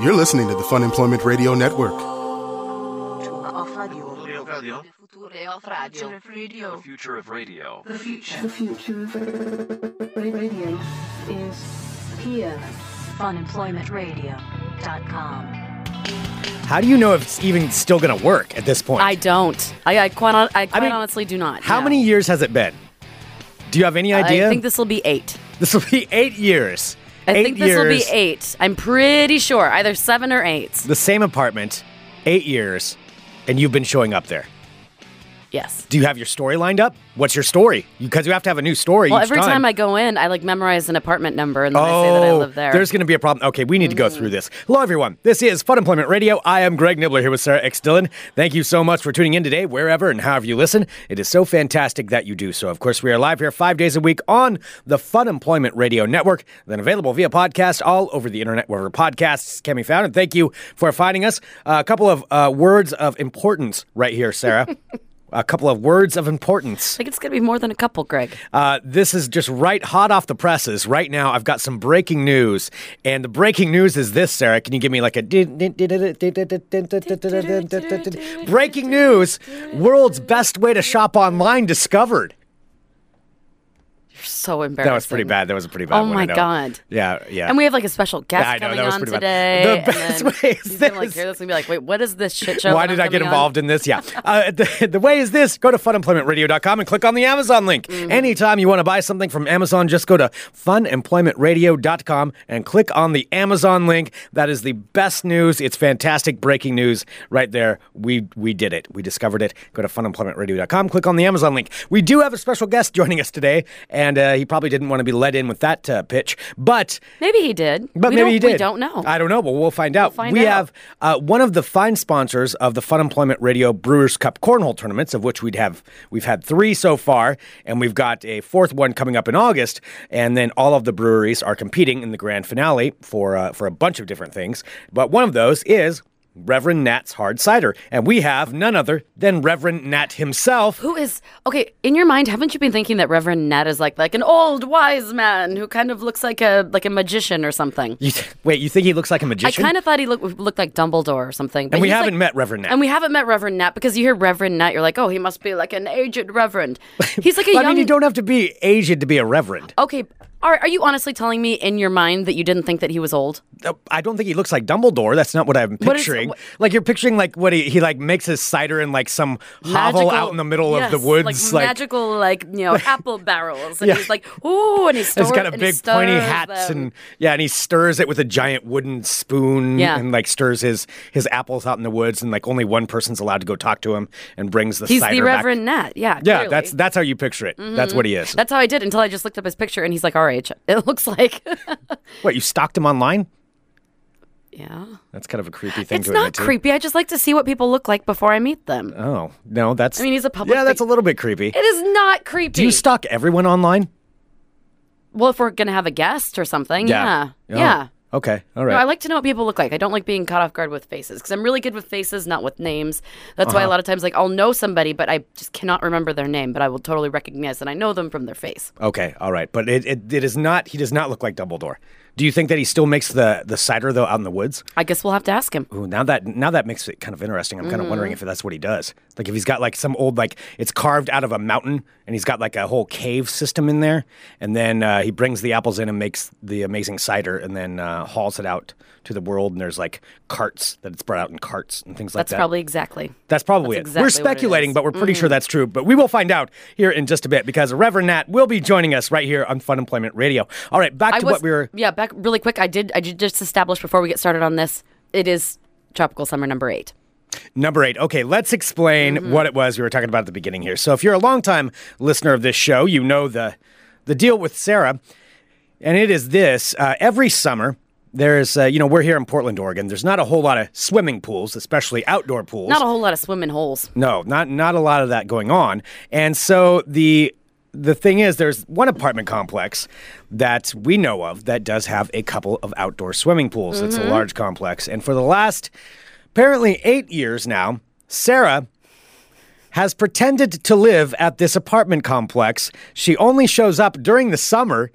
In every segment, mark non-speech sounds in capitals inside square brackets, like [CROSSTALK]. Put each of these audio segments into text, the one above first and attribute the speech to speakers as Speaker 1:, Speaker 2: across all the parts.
Speaker 1: You're listening to the Fun Employment Radio Network.
Speaker 2: Off radio.
Speaker 3: Future of Radio.
Speaker 2: radio.
Speaker 4: future of radio.
Speaker 2: The future.
Speaker 5: The future of radio is here.
Speaker 3: Funemploymentradio.com.
Speaker 6: How do you know if it's even still going to work at this point?
Speaker 3: I don't. I, I quite, hon- I quite
Speaker 6: mean,
Speaker 3: honestly do not.
Speaker 6: How
Speaker 3: no.
Speaker 6: many years has it been? Do you have any idea?
Speaker 3: I think this will be eight.
Speaker 6: this will be eight years.
Speaker 3: I
Speaker 6: eight
Speaker 3: think this
Speaker 6: years,
Speaker 3: will be eight. I'm pretty sure. Either seven or eight.
Speaker 6: The same apartment, eight years, and you've been showing up there.
Speaker 3: Yes.
Speaker 6: Do you have your story lined up? What's your story? Because you, have to have a new story.
Speaker 3: Well,
Speaker 6: each
Speaker 3: every time. I go in, I like memorize an apartment number and then I say
Speaker 6: Oh,
Speaker 3: that I live there.
Speaker 6: there's going to be a problem. Okay, we need to go through this. Hello, everyone. This is Fun Employment Radio. I am Greg Nibbler here with Sarah X. Dillon. Thank you so much for tuning in today, wherever and however you listen. It is so fantastic that you do so. Of course, we are live here five days a week on the Fun Employment Radio Network, then available via podcast all over the internet, wherever podcasts can be found. And thank you for finding us. Uh, a couple of uh, words of importance right here,
Speaker 3: [LAUGHS]
Speaker 6: Sarah. a couple of words of importance.
Speaker 3: I think it's going to be more than a couple, Greg.
Speaker 6: Uh, this is just right hot off the presses. Right now, I've got some breaking news, and the breaking news is this. Sarah, can you give me like a breaking news? World's best way to shop online discovered.
Speaker 3: So embarrassing.
Speaker 6: That was pretty bad. That was a pretty bad.
Speaker 3: Oh
Speaker 6: one,
Speaker 3: my
Speaker 6: I know.
Speaker 3: God.
Speaker 6: Yeah, yeah.
Speaker 3: And we have like a special guest
Speaker 6: Yeah, I know,
Speaker 3: coming
Speaker 6: that was
Speaker 3: on
Speaker 6: pretty bad.
Speaker 3: today.
Speaker 6: The
Speaker 3: and
Speaker 6: best
Speaker 3: then
Speaker 6: way is
Speaker 3: he's gonna like
Speaker 6: this.
Speaker 3: hear this and be like, "Wait, what is this shit show?"
Speaker 6: Why
Speaker 3: that
Speaker 6: did
Speaker 3: I'm
Speaker 6: I get
Speaker 3: coming on?"
Speaker 6: involved in this? Yeah. Uh, [LAUGHS] the, the way is this go to funemploymentradio.com and click on the Amazon link.
Speaker 3: Mm-hmm.
Speaker 6: Anytime you want to buy something from Amazon, just go to funemploymentradio.com and click on the Amazon link. That is the best news. It's fantastic breaking news right there. We we did it. We discovered it. Go to funemploymentradio.com, click on the Amazon link. We do have a special guest joining us today, and uh, he probably didn't want to be let in with that uh, pitch, but.
Speaker 3: Maybe he did.
Speaker 6: But
Speaker 3: we
Speaker 6: maybe
Speaker 3: don't,
Speaker 6: he did.
Speaker 3: We don't know.
Speaker 6: I don't know, but we'll find out.
Speaker 3: find
Speaker 6: we
Speaker 3: out.
Speaker 6: have uh, one of the fine sponsors of the Fun Employment Radio Brewers Cup cornhole tournaments, of which we'd have we've had three so far, and we've got a fourth one coming up in August. And then all of the breweries are competing in the grand finale for uh, for a bunch of different things. But one of those is. Reverend Nat's hard cider, and we have none other than Reverend Nat himself.
Speaker 3: Who is okay in your mind? Haven't you been thinking that Reverend Ned is like like an old wise man who kind of looks like a like a magician or something?
Speaker 6: You th- wait, you think he looks like a
Speaker 3: I
Speaker 6: magician?
Speaker 3: kind of thought he looked looked like Dumbledore or something. but
Speaker 6: and we
Speaker 3: he's
Speaker 6: haven't
Speaker 3: like-
Speaker 6: met Reverend Nat.
Speaker 3: And we haven't met Reverend Nat because you hear Reverend Nat, you're like, oh, he must be like an
Speaker 6: [LAUGHS]
Speaker 3: aged Reverend. He's like a
Speaker 6: I
Speaker 3: young.
Speaker 6: mean, you don't have to be Asian to be a reverend.
Speaker 3: Okay, are are you honestly telling me in your mind that you didn't think that he was old?
Speaker 6: Uh, I don't think he looks like Dumbledore. That's not what I'm
Speaker 3: What is-
Speaker 6: picturing.
Speaker 3: what-
Speaker 6: like you're picturing like what he, he like makes his cider in like some hovel
Speaker 3: Magical-
Speaker 6: out in the middle
Speaker 3: yes,
Speaker 6: of the woods. Like,
Speaker 3: magical, like you
Speaker 6: [LAUGHS]
Speaker 3: know, apple barrels, and
Speaker 6: Yeah.
Speaker 3: he's like, ooh, and he's
Speaker 6: he's got a big pointy hat and yeah, and he stirs it with a giant wooden spoon
Speaker 3: Yeah.
Speaker 6: and like stirs his his apples out in the woods and like only one person's allowed to go talk to him and brings the
Speaker 3: He's
Speaker 6: cider
Speaker 3: the
Speaker 6: back.
Speaker 3: Reverend Mm-hmm. Nat, yeah.
Speaker 6: Yeah,
Speaker 3: clearly.
Speaker 6: that's that's how you picture it. That's what he is.
Speaker 3: That's how I did until I just looked up his picture and he's like our age. [LAUGHS] It looks like.
Speaker 6: what you stalked him online?
Speaker 3: yeah.
Speaker 6: That's kind of a creepy thing
Speaker 3: It's
Speaker 6: to
Speaker 3: not
Speaker 6: admit to.
Speaker 3: creepy. I just like to see what people look like before I meet them.
Speaker 6: Oh no, that's.
Speaker 3: I mean, he's a public
Speaker 6: Yeah, that's a
Speaker 3: fig-
Speaker 6: little bit creepy.
Speaker 3: Uh, It is not creepy.
Speaker 6: Do you stalk everyone online?
Speaker 3: well, if we're going to have a guest or something, yeah. Yeah.
Speaker 6: Oh, Okay. All right.
Speaker 3: No, I like to know what people look like. I don't like being caught off guard with faces because I'm really good with faces, not with names. That's why a lot of times, like, I'll know somebody, but I just cannot remember their name, but I will totally recognize that I know them from their face.
Speaker 6: Okay, all right, but it, it, it is not. He does not look like Dumbledore. Do you think that he still makes the the cider though out in the woods?
Speaker 3: I guess we'll have to ask him.
Speaker 6: Ooh, now that now that makes it kind of interesting. I'm kind of
Speaker 3: Mm-hmm.
Speaker 6: wondering if that's what he does. Like if he's got like some old like it's carved out of a mountain and he's got like a whole cave system in there, and then uh, he brings the apples in and makes the amazing cider, and then uh, hauls it out to the world. And there's like carts that it's brought out in carts and things like
Speaker 3: That's
Speaker 6: that.
Speaker 3: probably exactly.
Speaker 6: That's probably
Speaker 3: That's
Speaker 6: it. We're
Speaker 3: exactly what it
Speaker 6: speculating,
Speaker 3: is. Mm-hmm.
Speaker 6: but we're pretty sure that's true. But we will find out here in just a bit because Reverend Nat will be joining us right here on Fun Employment Radio. All right, back
Speaker 3: I
Speaker 6: to
Speaker 3: was,
Speaker 6: what we were.
Speaker 3: yeah, back really quick. I did, I did just establish before we get started on this. It is tropical summer number eight.
Speaker 6: Number eight. Okay, let's explain
Speaker 3: Mm-hmm.
Speaker 6: what it was we were talking about at the beginning here. So, if you're a longtime listener of this show, you know the the deal with Sarah, and it is this: uh, every summer. There's, uh, you know, we're here in Portland, Oregon. There's not a whole lot of swimming pools, especially outdoor pools.
Speaker 3: Not a whole lot of swimming holes.
Speaker 6: No, not not a lot of that going on. And so the the thing is there's one apartment complex that we know of that does have a couple of outdoor swimming pools. It's
Speaker 3: Mm-hmm.
Speaker 6: a large complex. And for the last apparently 8 years now, Sarah has pretended to live at this apartment complex. She only shows up during the summer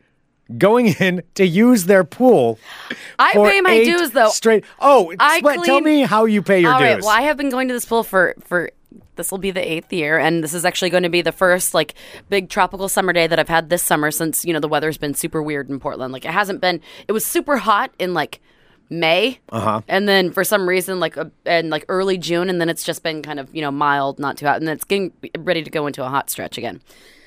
Speaker 6: going [LAUGHS] in to use their pool.
Speaker 3: I
Speaker 6: for
Speaker 3: pay my
Speaker 6: eight
Speaker 3: dues, though.
Speaker 6: Straight. Oh,
Speaker 3: I
Speaker 6: explain- tell
Speaker 3: clean-
Speaker 6: me how you pay your
Speaker 3: All
Speaker 6: dues.
Speaker 3: right. Well, I have been going to this pool for for this will be the eighth year, and this is actually going to be the first like big tropical summer day that I've had this summer since you know the weather's been super weird in Portland. Like it hasn't been. It was super hot in like May, uh-huh. and then for some reason like uh, and like early June, and then it's just been kind of you know mild, not too hot, and then it's getting ready to go into a hot stretch again.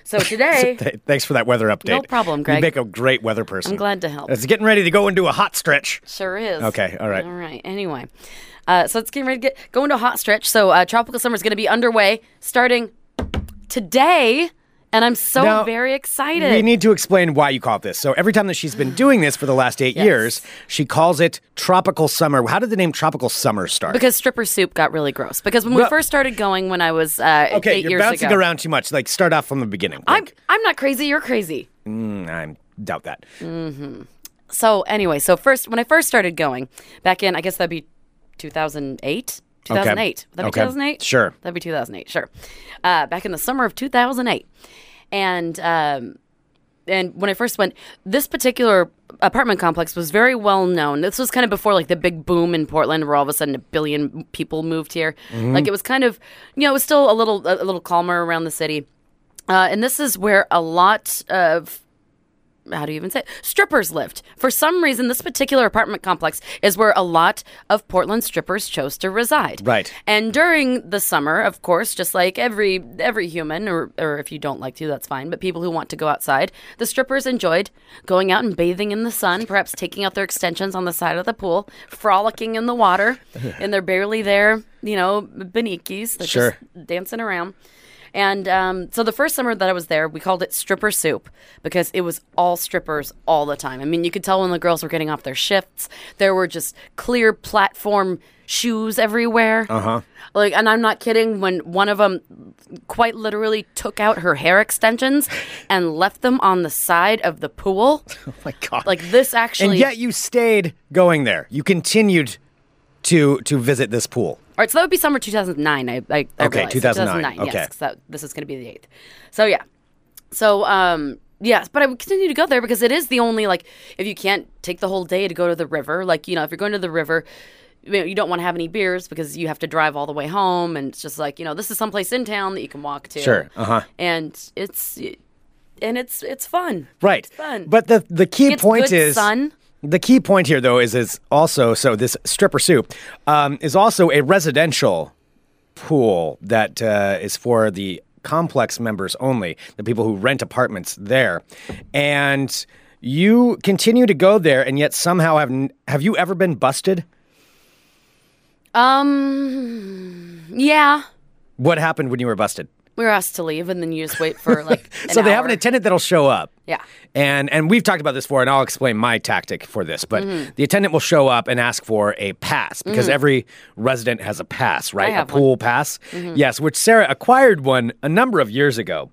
Speaker 3: So today.
Speaker 6: Th- Thanks for that weather update.
Speaker 3: No problem,
Speaker 6: You
Speaker 3: Greg.
Speaker 6: make a great weather person.
Speaker 3: I'm glad to help.
Speaker 6: It's getting ready to go into a hot stretch.
Speaker 3: Sure is.
Speaker 6: Okay, all right.
Speaker 3: All right. Anyway, uh, so it's getting ready to get go into a hot stretch. So uh, tropical summer is going to be underway starting today, and I'm so
Speaker 6: Now,
Speaker 3: very excited.
Speaker 6: We need to explain why you call it this. So every time that she's been doing this for the last eight years, she calls it tropical summer. How did the name tropical summer start?
Speaker 3: because stripper soup got really gross. Because when we
Speaker 6: Well-
Speaker 3: first started going, when I was uh,
Speaker 6: okay,
Speaker 3: eight
Speaker 6: you're
Speaker 3: years
Speaker 6: bouncing
Speaker 3: ago,
Speaker 6: around too much. Like start off from the beginning.
Speaker 3: I'm
Speaker 6: Like,
Speaker 3: I'm not crazy. You're crazy.
Speaker 6: mm, I'm doubt that.
Speaker 3: So anyway, so first when I first started going back in, I guess that'd be 2008. 2008. Would that be
Speaker 6: Okay.
Speaker 3: 2008?
Speaker 6: Sure.
Speaker 3: That'd be 2008. Sure. Uh, back in the summer of 2008, and um, and when I first went, this particular apartment complex was very well known. This was kind of before like the big boom in Portland, where all of a sudden a billion people moved here.
Speaker 6: Mm-hmm.
Speaker 3: Like it was kind of, you know, it was still a little a little calmer around the city. Uh, and this is where a lot of how do you even say it? strippers lived. For some reason, this particular apartment complex is where a lot of Portland strippers chose to reside.
Speaker 6: Right.
Speaker 3: And during the summer, of course, just like every every human, or or if you don't like to, that's fine. But people who want to go outside, the strippers enjoyed going out and bathing in the sun, perhaps taking out their extensions on the side of the pool, frolicking in the water, and they're barely there, you know, bikinis. They're
Speaker 6: Sure.
Speaker 3: just dancing around. And um, so the first summer that I was there, we called it stripper soup because it was all strippers all the time. I mean, you could tell when the girls were getting off their shifts. There were just clear platform shoes everywhere. Uh
Speaker 6: Uh-huh.
Speaker 3: huh. Like, and I'm not kidding. When one of them quite literally took out her hair extensions and left them on the side of the pool,
Speaker 6: [LAUGHS] Oh my god.
Speaker 3: like this actually.
Speaker 6: and yet you stayed going there. You continued to to visit this pool.
Speaker 3: All right, so that would be summer 2009. I, I, I
Speaker 6: Okay,
Speaker 3: realized.
Speaker 6: 2009, okay.
Speaker 3: Yes, 'cause that, this is going to be the eighth. So yeah, so um, yes, but I would continue to go there because it is the only like if you can't take the whole day to go to the river, like you know if you're going to the river. You know, you don't want to have any beers because you have to drive all the way home, and it's just like you know, this is someplace in town that you can walk to.
Speaker 6: Sure, uh-huh.
Speaker 3: And it's and it's it's fun.
Speaker 6: Right.
Speaker 3: It's fun.
Speaker 6: But the the key
Speaker 3: It's
Speaker 6: point
Speaker 3: good
Speaker 6: is
Speaker 3: sun.
Speaker 6: The key point here, though, is is also so this stripper soup um, is also a residential pool that uh, is for the complex members only, the people who rent apartments there, and you continue to go there, and yet somehow have n- have you ever been busted?
Speaker 3: yeah,
Speaker 6: What happened when you were busted?
Speaker 3: we were asked to leave, and then you just wait for like. An
Speaker 6: [LAUGHS] so they have
Speaker 3: hour.
Speaker 6: an attendant that'll show up.
Speaker 3: Yeah.
Speaker 6: And and we've talked about this before, and I'll explain my tactic for this. But
Speaker 3: Mm-hmm.
Speaker 6: the attendant will show up and ask for a pass because every resident has a pass, right?
Speaker 3: Mm. have
Speaker 6: a
Speaker 3: one. Mm-hmm.
Speaker 6: pool pass. Yes, which Sarah acquired one a number of years ago.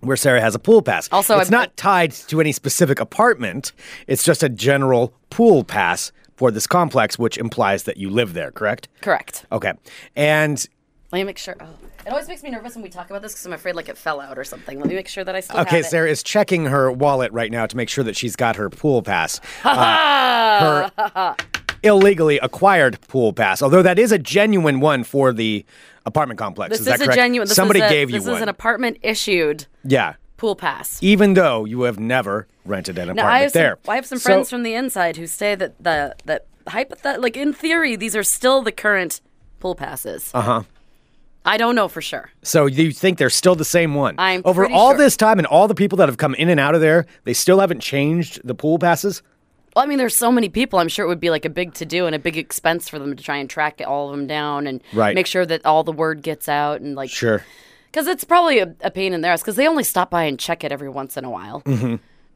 Speaker 6: Where Sarah has a pool pass.
Speaker 3: Also,
Speaker 6: it's
Speaker 3: I've-
Speaker 6: not tied to any specific apartment. It's just a general pool pass for this complex, which implies that you live there, correct?
Speaker 3: Correct.
Speaker 6: Okay. And
Speaker 3: Let me make sure. Oh, it always makes me nervous when we talk about this because I'm afraid like it fell out or something. Let me make sure that I still have
Speaker 6: Okay,
Speaker 3: it.
Speaker 6: Sarah is checking her wallet right now to make sure that she's got her pool
Speaker 3: [LAUGHS]
Speaker 6: pass. Uh, her illegally acquired pool pass, although that is a genuine one for the apartment complex.
Speaker 3: This
Speaker 6: is
Speaker 3: is,
Speaker 6: that
Speaker 3: a
Speaker 6: correct?
Speaker 3: genuine. This
Speaker 6: Somebody
Speaker 3: is a,
Speaker 6: gave you
Speaker 3: This
Speaker 6: one.
Speaker 3: is an apartment issued
Speaker 6: yeah,
Speaker 3: pool pass.
Speaker 6: even though you have never rented an
Speaker 3: Now
Speaker 6: apartment
Speaker 3: I have
Speaker 6: there.
Speaker 3: some. I have some
Speaker 6: So-
Speaker 3: friends from the inside who say that the that hypothet like in theory these are still the current pool passes. Uh
Speaker 6: Uh-huh.
Speaker 3: huh. I don't know for sure.
Speaker 6: So you think they're still the same one?
Speaker 3: I'm
Speaker 6: over
Speaker 3: pretty
Speaker 6: all
Speaker 3: sure.
Speaker 6: this time and all the people that have come in and out of there, they still haven't changed the pool passes.
Speaker 3: Well, I mean, there's so many people. I'm sure it would be like a big to do and a big expense for them to try and track all of them down and
Speaker 6: Right.
Speaker 3: make sure that all the word gets out and like
Speaker 6: Sure.
Speaker 3: Because it's probably a, a pain in their ass because they only stop by and check it every once in a while.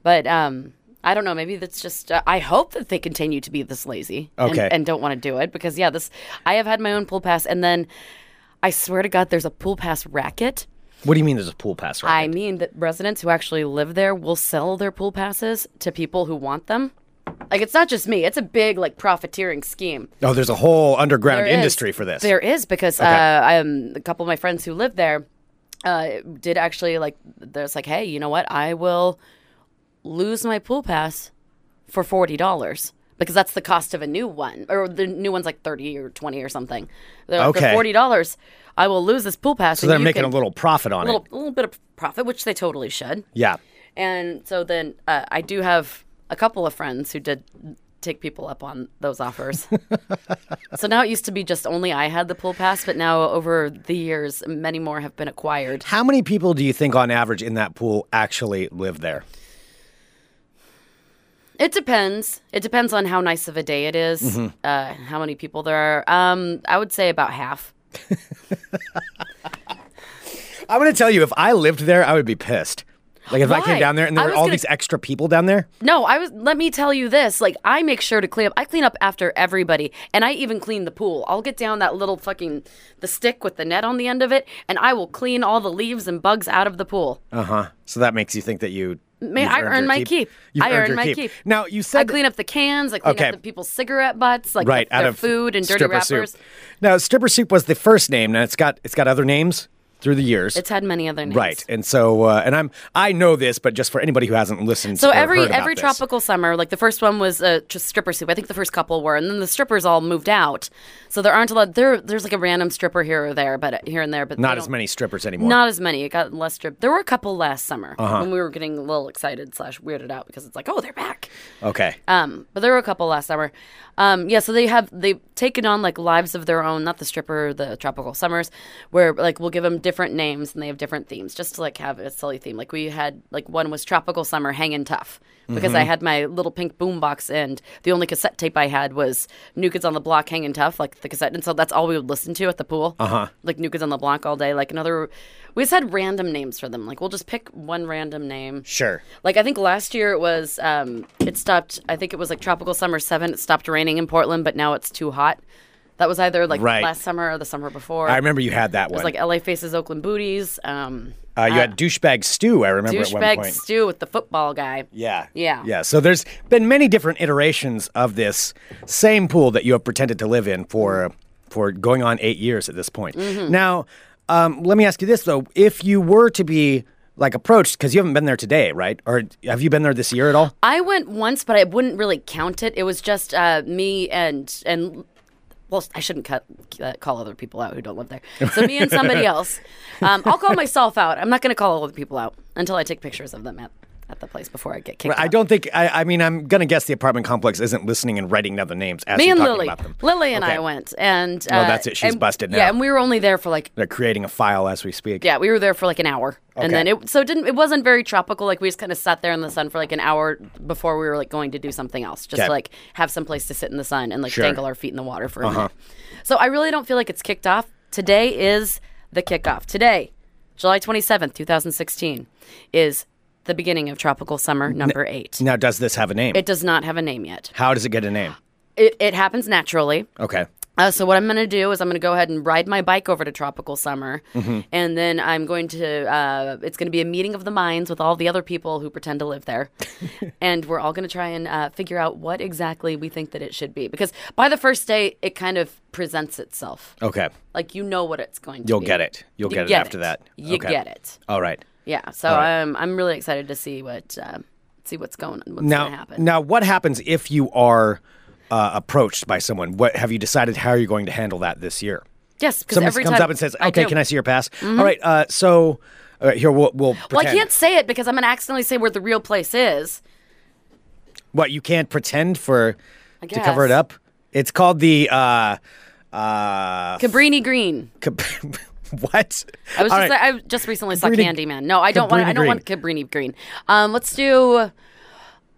Speaker 3: But um, I don't know. Maybe that's just. Uh, I hope that they continue to be this lazy and-
Speaker 6: Okay.
Speaker 3: and, don't want to do it because yeah, this. I have had my own pool pass, and then I swear to God, there's a pool pass racket.
Speaker 6: What do you mean? There's a pool pass? Right.
Speaker 3: I mean that residents who actually live there will sell their pool passes to people who want them. Like it's not just me; it's a big like profiteering scheme.
Speaker 6: oh, there's a whole underground
Speaker 3: There is.
Speaker 6: industry for this.
Speaker 3: There is because uh, um, a couple of my friends who live there uh, did actually like. There's like, hey, you know what? I will lose my pool pass for forty dollars because that's the cost of a new one, or the new one's like thirty or twenty or something. They're like,
Speaker 6: Okay.
Speaker 3: For forty dollars, I will lose this pool pass.
Speaker 6: So they're making a little profit on
Speaker 3: little
Speaker 6: it.
Speaker 3: little bit of profit, which they totally should.
Speaker 6: Yeah.
Speaker 3: And so then uh, I do have a couple of friends who did take people up on those offers. so now it used to be just only I had the pool pass, but now over the years, many more have been acquired.
Speaker 6: How many people do you think on average in that pool actually live there?
Speaker 3: It depends. It depends on how nice of a day it is, uh, how many people there are. Um, I would say about half.
Speaker 6: I'm going to tell you, if I lived there, I would be pissed. Like if I came
Speaker 3: Why?
Speaker 6: down there and there
Speaker 3: I
Speaker 6: were
Speaker 3: was
Speaker 6: all
Speaker 3: gonna-
Speaker 6: these extra people down there.
Speaker 3: No, I was. Let me tell you this. Like, I make sure to clean up. I clean up after everybody, and I even clean the pool. I'll get down that little fucking the stick with the net on the end of it, and I will clean all the leaves and bugs out of the pool.
Speaker 6: Uh huh. So that makes you think that you.
Speaker 3: May
Speaker 6: you've
Speaker 3: I
Speaker 6: earned
Speaker 3: earn
Speaker 6: your
Speaker 3: my keep.
Speaker 6: You've
Speaker 3: I
Speaker 6: earned
Speaker 3: earn
Speaker 6: your
Speaker 3: my keep.
Speaker 6: Now you
Speaker 3: I
Speaker 6: said
Speaker 3: clean up the cans. I clean
Speaker 6: Okay.
Speaker 3: up the people's cigarette butts, like
Speaker 6: right
Speaker 3: the,
Speaker 6: out
Speaker 3: their
Speaker 6: of
Speaker 3: food and dirty
Speaker 6: stripper
Speaker 3: wrappers.
Speaker 6: Soup. Now stripper soup was the first name, and it's got it's got other names through the years.
Speaker 3: It's had many other names.
Speaker 6: Right, and so uh, and I'm I know this, but just for anybody who hasn't listened,
Speaker 3: So
Speaker 6: or
Speaker 3: every
Speaker 6: heard about
Speaker 3: every
Speaker 6: this.
Speaker 3: tropical summer, like the first one was a tr- stripper soup. I think the first couple were, and then the strippers all moved out. So there aren't a lot. There, there's like a random stripper here or there, but here and there, but they
Speaker 6: not as
Speaker 3: don't-
Speaker 6: many strippers anymore.
Speaker 3: Not as many. It got less strip. There were a couple last summer when we were getting a little excited slash weirded out because it's like, oh, they're back.
Speaker 6: okay,
Speaker 3: Um, but there were a couple last summer. Um, yeah, so they have they've taken on like lives of their own. Not the stripper, the tropical summers, where like we'll give them different names and they have different themes, just to like have a silly theme. Like we had like one was tropical summer hanging tough because I had my little pink boombox and the only cassette tape I had was New Kids on the Block hanging tough, like the cassette, and so that's all we would listen to at the pool. Uh huh. Like New Kids on the Block all day. Like another, we just had random names for them. Like we'll just pick one random name.
Speaker 6: sure.
Speaker 3: Like I think last year it was um it stopped I think it was like tropical summer 7 it stopped raining in Portland but now it's too hot. That was either like
Speaker 6: Right.
Speaker 3: last summer or the summer before.
Speaker 6: I remember you had that
Speaker 3: it was
Speaker 6: one.
Speaker 3: like LA faces Oakland booties um
Speaker 6: uh, you had douchebag stew. I remember at one
Speaker 3: douchebag
Speaker 6: point.
Speaker 3: stew with the football guy.
Speaker 6: Yeah.
Speaker 3: Yeah.
Speaker 6: Yeah. So there's been many different iterations of this same pool that you have pretended to live in for for going on eight years at this point.
Speaker 3: Mm-hmm.
Speaker 6: Now, um, let me ask you this though: If you were to be like approached, because you haven't been there today, right? Or have you been there this year at all?
Speaker 3: I went once but I wouldn't really count it. It was just uh me and and well, I shouldn't cut, uh, call other people out who don't live there. So me and
Speaker 6: [LAUGHS]
Speaker 3: somebody else. Um, I'll call myself out. I'm not going to call other people out until I take pictures of them at, at the place before I get kicked.
Speaker 6: I
Speaker 3: out.
Speaker 6: don't think. I, I mean, I'm gonna guess the apartment complex isn't listening and writing down the names as
Speaker 3: Me
Speaker 6: you're
Speaker 3: and
Speaker 6: talking
Speaker 3: Lily.
Speaker 6: about them.
Speaker 3: Lily and
Speaker 6: Okay.
Speaker 3: I went, and uh,
Speaker 6: Oh, that's it. She's
Speaker 3: and-
Speaker 6: busted now.
Speaker 3: Yeah, and we were only there for like
Speaker 6: They're creating a file as we speak.
Speaker 3: yeah, we were there for like an hour, and
Speaker 6: Okay.
Speaker 3: then it so it didn't it wasn't very tropical. Like we just kind of sat there in the sun for like an hour before we were like going to do something else, just
Speaker 6: Okay.
Speaker 3: to, like have some place to sit in the sun and like
Speaker 6: Sure. Uh-huh.
Speaker 3: dangle our feet in the water for a minute. So I really don't feel like it's kicked off. Today is the kickoff. Today, July twenty seventh, two thousand sixteen, is the beginning of tropical summer number eight.
Speaker 6: Now, does this have a name?
Speaker 3: It does not have a name yet.
Speaker 6: How does it get a name?
Speaker 3: It it happens naturally.
Speaker 6: Okay.
Speaker 3: Uh, so what I'm going to do is I'm going to go ahead and ride my bike over to Tropical Summer,
Speaker 6: Mm-hmm.
Speaker 3: and then I'm going to. Uh, it's going to be a meeting of the minds with all the other people who pretend to
Speaker 6: [LAUGHS]
Speaker 3: live there, and we're all going to try and uh, figure out what exactly we think that it should be. Because by the first day, it kind of presents itself,
Speaker 6: Okay.
Speaker 3: like you know what it's going to.
Speaker 6: You'll
Speaker 3: be.
Speaker 6: get it. You'll
Speaker 3: You
Speaker 6: get, it after that.
Speaker 3: You
Speaker 6: Okay.
Speaker 3: get it.
Speaker 6: All right.
Speaker 3: Yeah. So
Speaker 6: right.
Speaker 3: um, I'm really excited to see what uh, see what's going on. What's
Speaker 6: now,
Speaker 3: going to happen?
Speaker 6: Now, what happens if you are uh, approached by someone? What have you decided? How you're going to handle that this year?
Speaker 3: Yes. Because
Speaker 6: Somebody
Speaker 3: every
Speaker 6: comes
Speaker 3: time
Speaker 6: up and says, "Okay,
Speaker 3: do. Mm-hmm.
Speaker 6: can I see your pass?" All right. Uh, so all right, here we'll, we'll pretend.
Speaker 3: Well, I can't say it because I'm going to accidentally say where the real place is.
Speaker 6: What you can't pretend for
Speaker 3: I
Speaker 6: to cover it
Speaker 3: guess.
Speaker 6: up. It's called the uh, uh, [LAUGHS]
Speaker 3: Cabrini Green.
Speaker 6: cap- what?
Speaker 3: I was
Speaker 6: All
Speaker 3: just
Speaker 6: right.
Speaker 3: I just recently saw
Speaker 6: Cabrini-
Speaker 3: Candyman. No, I don't want
Speaker 6: Cabrini
Speaker 3: I don't want Cabrini Green. Um, let's do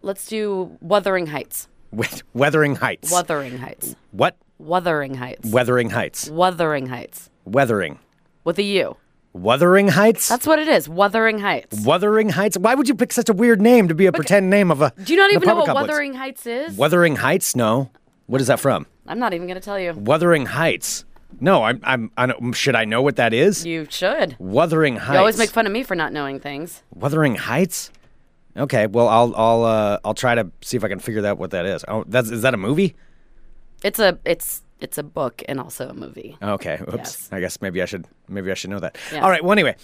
Speaker 3: let's do Wuthering Heights.
Speaker 6: With Weathering Heights.
Speaker 3: Wuthering Heights.
Speaker 6: what?
Speaker 3: Wuthering Heights.
Speaker 6: Weathering Heights.
Speaker 3: Wuthering Heights
Speaker 6: Weathering.
Speaker 3: with a U.
Speaker 6: Wuthering Heights.
Speaker 3: That's what it is. Wuthering Heights.
Speaker 6: Wuthering Heights. Why would you pick such a weird name to be a pretend name of a?
Speaker 3: Do you not
Speaker 6: an
Speaker 3: even know what
Speaker 6: apartment complex?
Speaker 3: Wuthering Heights is?
Speaker 6: Wuthering Heights? No. What is that from?
Speaker 3: I'm not even going to tell you.
Speaker 6: Wuthering Heights. No, I'm. I'm. I don't, should I know what that is?
Speaker 3: You should.
Speaker 6: Wuthering Heights.
Speaker 3: You always make fun of me for not knowing things.
Speaker 6: Wuthering Heights. Okay. Well, I'll. I'll. Uh, I'll try to see if I can figure out what that is. Oh, that's. Is that a movie?
Speaker 3: It's a it's it's a book and also a movie.
Speaker 6: Okay. [LAUGHS] Oops.
Speaker 3: Yes.
Speaker 6: I guess maybe I should maybe I should know that.
Speaker 3: Yeah.
Speaker 6: All right. Well, anyway,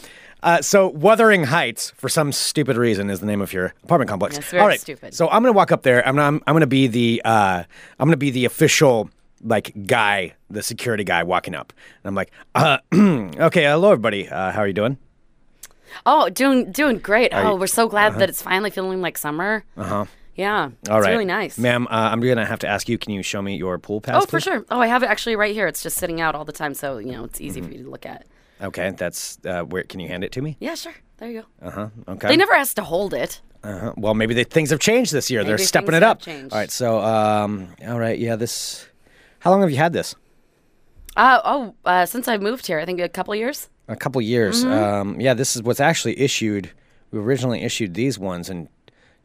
Speaker 6: uh, so Wuthering Heights, for some stupid reason, is the name of your apartment complex.
Speaker 3: Yes, very
Speaker 6: All right.
Speaker 3: stupid.
Speaker 6: So I'm gonna walk up there. I'm I'm, I'm gonna be the uh, I'm gonna be the official like guy, the security guy walking up, and I'm like, uh, [CLEARS THROAT] okay, hello everybody. Uh, how are you doing?
Speaker 3: Oh, doing doing great. oh, we're so glad that it's finally feeling like summer. Uh huh. Yeah.
Speaker 6: Uh-huh. All right.
Speaker 3: It's really nice.
Speaker 6: ma'am. Uh, I'm gonna have to ask you. Can you show me your pool pass?
Speaker 3: Oh, for
Speaker 6: please?
Speaker 3: sure. Oh, I have it actually right here. It's just sitting out all the time, so you know it's easy
Speaker 6: Mm-hmm.
Speaker 3: for you to look at.
Speaker 6: Okay. That's uh, where. Can you hand it to me?
Speaker 3: Yeah, sure. There you go.
Speaker 6: Uh huh. Okay.
Speaker 3: They never asked to hold it.
Speaker 6: Uh-huh. Well, maybe they, things have changed this year. They're
Speaker 3: Maybe
Speaker 6: stepping
Speaker 3: things
Speaker 6: it
Speaker 3: have
Speaker 6: up.
Speaker 3: changed.
Speaker 6: All right. So, um, all right. Yeah. This. How long have you had this?
Speaker 3: Uh, oh, uh, since I moved here, I think a couple years.
Speaker 6: A couple years.
Speaker 3: Mm-hmm.
Speaker 6: Um, yeah. This is what's actually issued. We originally issued these ones in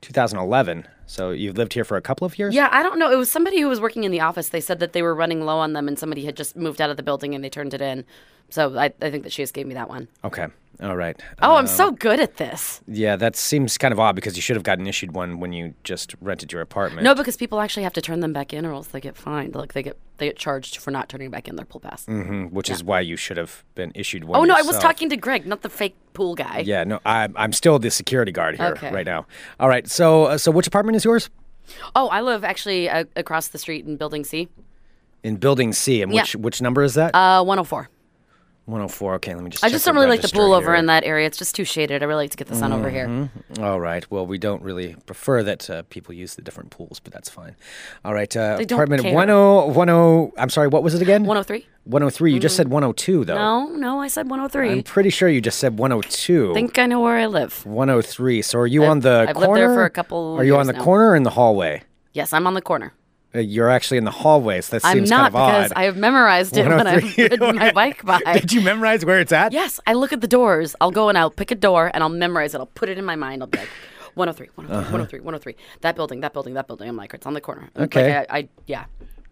Speaker 6: 2011. So you've lived here for a couple of years.
Speaker 3: Yeah, I don't know. It was somebody who was working in the office. They said that they were running low on them, and somebody had just moved out of the building, and they turned it in. So I, I think that she just gave me that one.
Speaker 6: Okay. All right.
Speaker 3: Oh, I'm so good at this.
Speaker 6: yeah. That seems kind of odd because you should have gotten issued one when you just rented your apartment.
Speaker 3: No, because people actually have to turn them back in, or else they get fined. Like they get they get charged for not turning back in their pool pass.
Speaker 6: Mhm, Which is why you should have been issued one.
Speaker 3: Oh no, I was
Speaker 6: yourself.
Speaker 3: talking to Greg, not the fake pool guy.
Speaker 6: Yeah. No. I'm. I'm still the security guard here
Speaker 3: Okay.
Speaker 6: right now. All right. So. Uh, so which apartment is yours?
Speaker 3: Oh, I live actually uh, across the street in Building C,
Speaker 6: In Building C, and
Speaker 3: Yeah.
Speaker 6: which which number is that?
Speaker 3: uh, 104.
Speaker 6: 104. Okay, let me just.
Speaker 3: I
Speaker 6: check
Speaker 3: just
Speaker 6: the
Speaker 3: don't really like the
Speaker 6: register
Speaker 3: pool over
Speaker 6: here. Mm-hmm.
Speaker 3: in that area. It's just too shaded. I really like to get the sun over here.
Speaker 6: All right. Well, we don't really prefer that uh, people use the different pools, but that's fine. All right. Uh,
Speaker 3: They don't
Speaker 6: apartment
Speaker 3: care.
Speaker 6: 10 10 oh, I'm sorry. What was it again?
Speaker 3: 103?
Speaker 6: 103. You just said 102 though.
Speaker 3: Mm-hmm. No, no, I said 103.
Speaker 6: I'm pretty sure you just said 102.
Speaker 3: think I know where I
Speaker 6: 103.
Speaker 3: live.
Speaker 6: So are you on the
Speaker 3: I've lived there
Speaker 6: corner?
Speaker 3: for a couple
Speaker 6: Are you on
Speaker 3: years
Speaker 6: the
Speaker 3: now.
Speaker 6: corner or in the hallway?
Speaker 3: Yes, I'm on the corner.
Speaker 6: Uh, you're actually in the hallway, so that
Speaker 3: I'm
Speaker 6: seems
Speaker 3: not
Speaker 6: kind of odd.
Speaker 3: because I have memorized it when I've
Speaker 6: 103.
Speaker 3: ridden my bike by.
Speaker 6: [LAUGHS] Did you memorize where it's at?
Speaker 3: Yes, I look at the doors. I'll go and I'll pick a door and I'll memorize it. I'll put it in my mind. I'll be like, [GASPS] 103, 103,
Speaker 6: Uh-huh.
Speaker 3: 103, 103. That building, that building, that building. I'm like, it's on the corner. Like,
Speaker 6: Okay.
Speaker 3: I, I, yeah.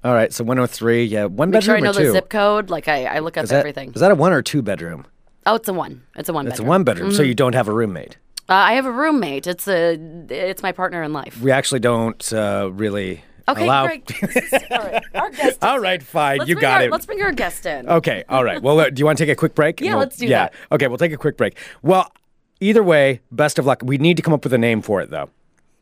Speaker 6: All right. So 103. Yeah. One
Speaker 3: Make sure I
Speaker 6: bedroom
Speaker 3: know
Speaker 6: or two.
Speaker 3: the zip code. Like, I, I look up
Speaker 6: Is that-
Speaker 3: everything.
Speaker 6: Is that a one or two bedroom?
Speaker 3: Oh, it's a one. It's a one.
Speaker 6: It's a
Speaker 3: bedroom.
Speaker 6: one bedroom,
Speaker 3: Mm-hmm.
Speaker 6: so you don't have a roommate.
Speaker 3: Uh, I have a roommate. It's a. It's my partner in life.
Speaker 6: We actually don't uh, really
Speaker 3: Okay,
Speaker 6: allow.
Speaker 3: Greg. all
Speaker 6: [LAUGHS]
Speaker 3: right, our guest.
Speaker 6: All right, fine.
Speaker 3: Let's
Speaker 6: you
Speaker 3: bring
Speaker 6: got
Speaker 3: our-
Speaker 6: it. Oh.
Speaker 3: Let's bring our guest in.
Speaker 6: Okay, all right. Well, uh, do you want to take a quick break?
Speaker 3: Yeah,
Speaker 6: We'll-
Speaker 3: let's do
Speaker 6: yeah.
Speaker 3: that.
Speaker 6: Okay, we'll take a quick break. Well, either way, best of luck. We need to come up with a name for it, though.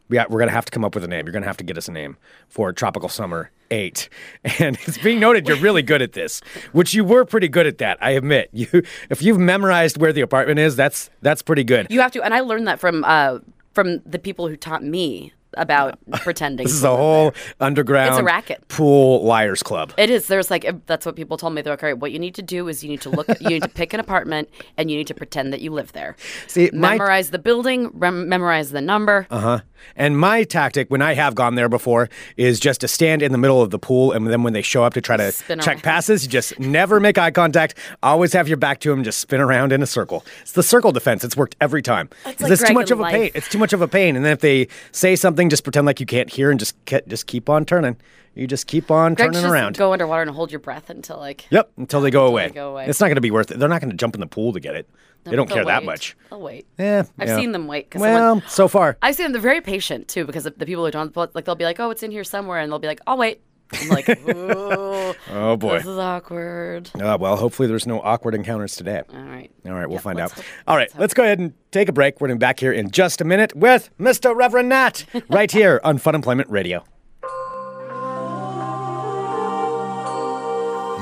Speaker 6: We ha- we're going to have to come up with a name. You're going to have to get us a name for Tropical Summer 8. [LAUGHS] And it's being noted you're really good at this, which you were pretty good at that, I admit. You, If you've memorized where the apartment is, that's that's pretty good.
Speaker 3: You have to, and I learned that from uh, from the people who taught me about pretending.
Speaker 6: [LAUGHS] This is a whole underground
Speaker 3: racket.
Speaker 6: pool liars club.
Speaker 3: It is. There's like if- that's what people told me. They're like, all right, what you need to do is you need to look, you need to pick an apartment, and you need to pretend that you live there.
Speaker 6: See, my-
Speaker 3: memorize the building, rem- memorize the number.
Speaker 6: Uh-huh. And my tactic when I have gone there before is just to stand in the middle of the pool and then when they show up to try to
Speaker 3: Spin
Speaker 6: check
Speaker 3: around.
Speaker 6: passes, you just never make eye contact, always have your back to them, just spin around in a circle. It's the circle defense. It's worked every time.
Speaker 3: That's
Speaker 6: 'Cause
Speaker 3: like
Speaker 6: it's too
Speaker 3: Greg
Speaker 6: much
Speaker 3: in
Speaker 6: of a pain.
Speaker 3: life.
Speaker 6: It's too much of a pain. And then if they say something, just pretend like you can't hear and just ke- just keep on turning. You just keep on
Speaker 3: Greg,
Speaker 6: turning
Speaker 3: just
Speaker 6: around.
Speaker 3: go underwater and hold your breath until like.
Speaker 6: Yep, until they go, away.
Speaker 3: go away.
Speaker 6: It's not going to be worth it. They're not going to jump in the pool to get it. They don't
Speaker 3: They'll
Speaker 6: care that
Speaker 3: wait.
Speaker 6: much.
Speaker 3: They'll wait.
Speaker 6: Yeah,
Speaker 3: I've
Speaker 6: yeah.
Speaker 3: seen them wait. 'cause
Speaker 6: Well,
Speaker 3: someone-
Speaker 6: so far.
Speaker 3: I've seen them. They're very patient too, because of the people who don't like, they'll be like, "Oh, it's in here somewhere," and they'll be like, "I'll wait."
Speaker 6: [LAUGHS]
Speaker 3: I'm like, "Ooh,
Speaker 6: oh boy.
Speaker 3: this is awkward."
Speaker 6: Uh, well, hopefully there's no awkward encounters today.
Speaker 3: All right.
Speaker 6: All right, we'll
Speaker 3: Yeah,
Speaker 6: find out.
Speaker 3: let's hope-
Speaker 6: All right, let's go ahead and take a break. We're going to be back here in just a minute with Mr. Reverend Nat
Speaker 3: [LAUGHS]
Speaker 6: right here on Fun Employment Radio.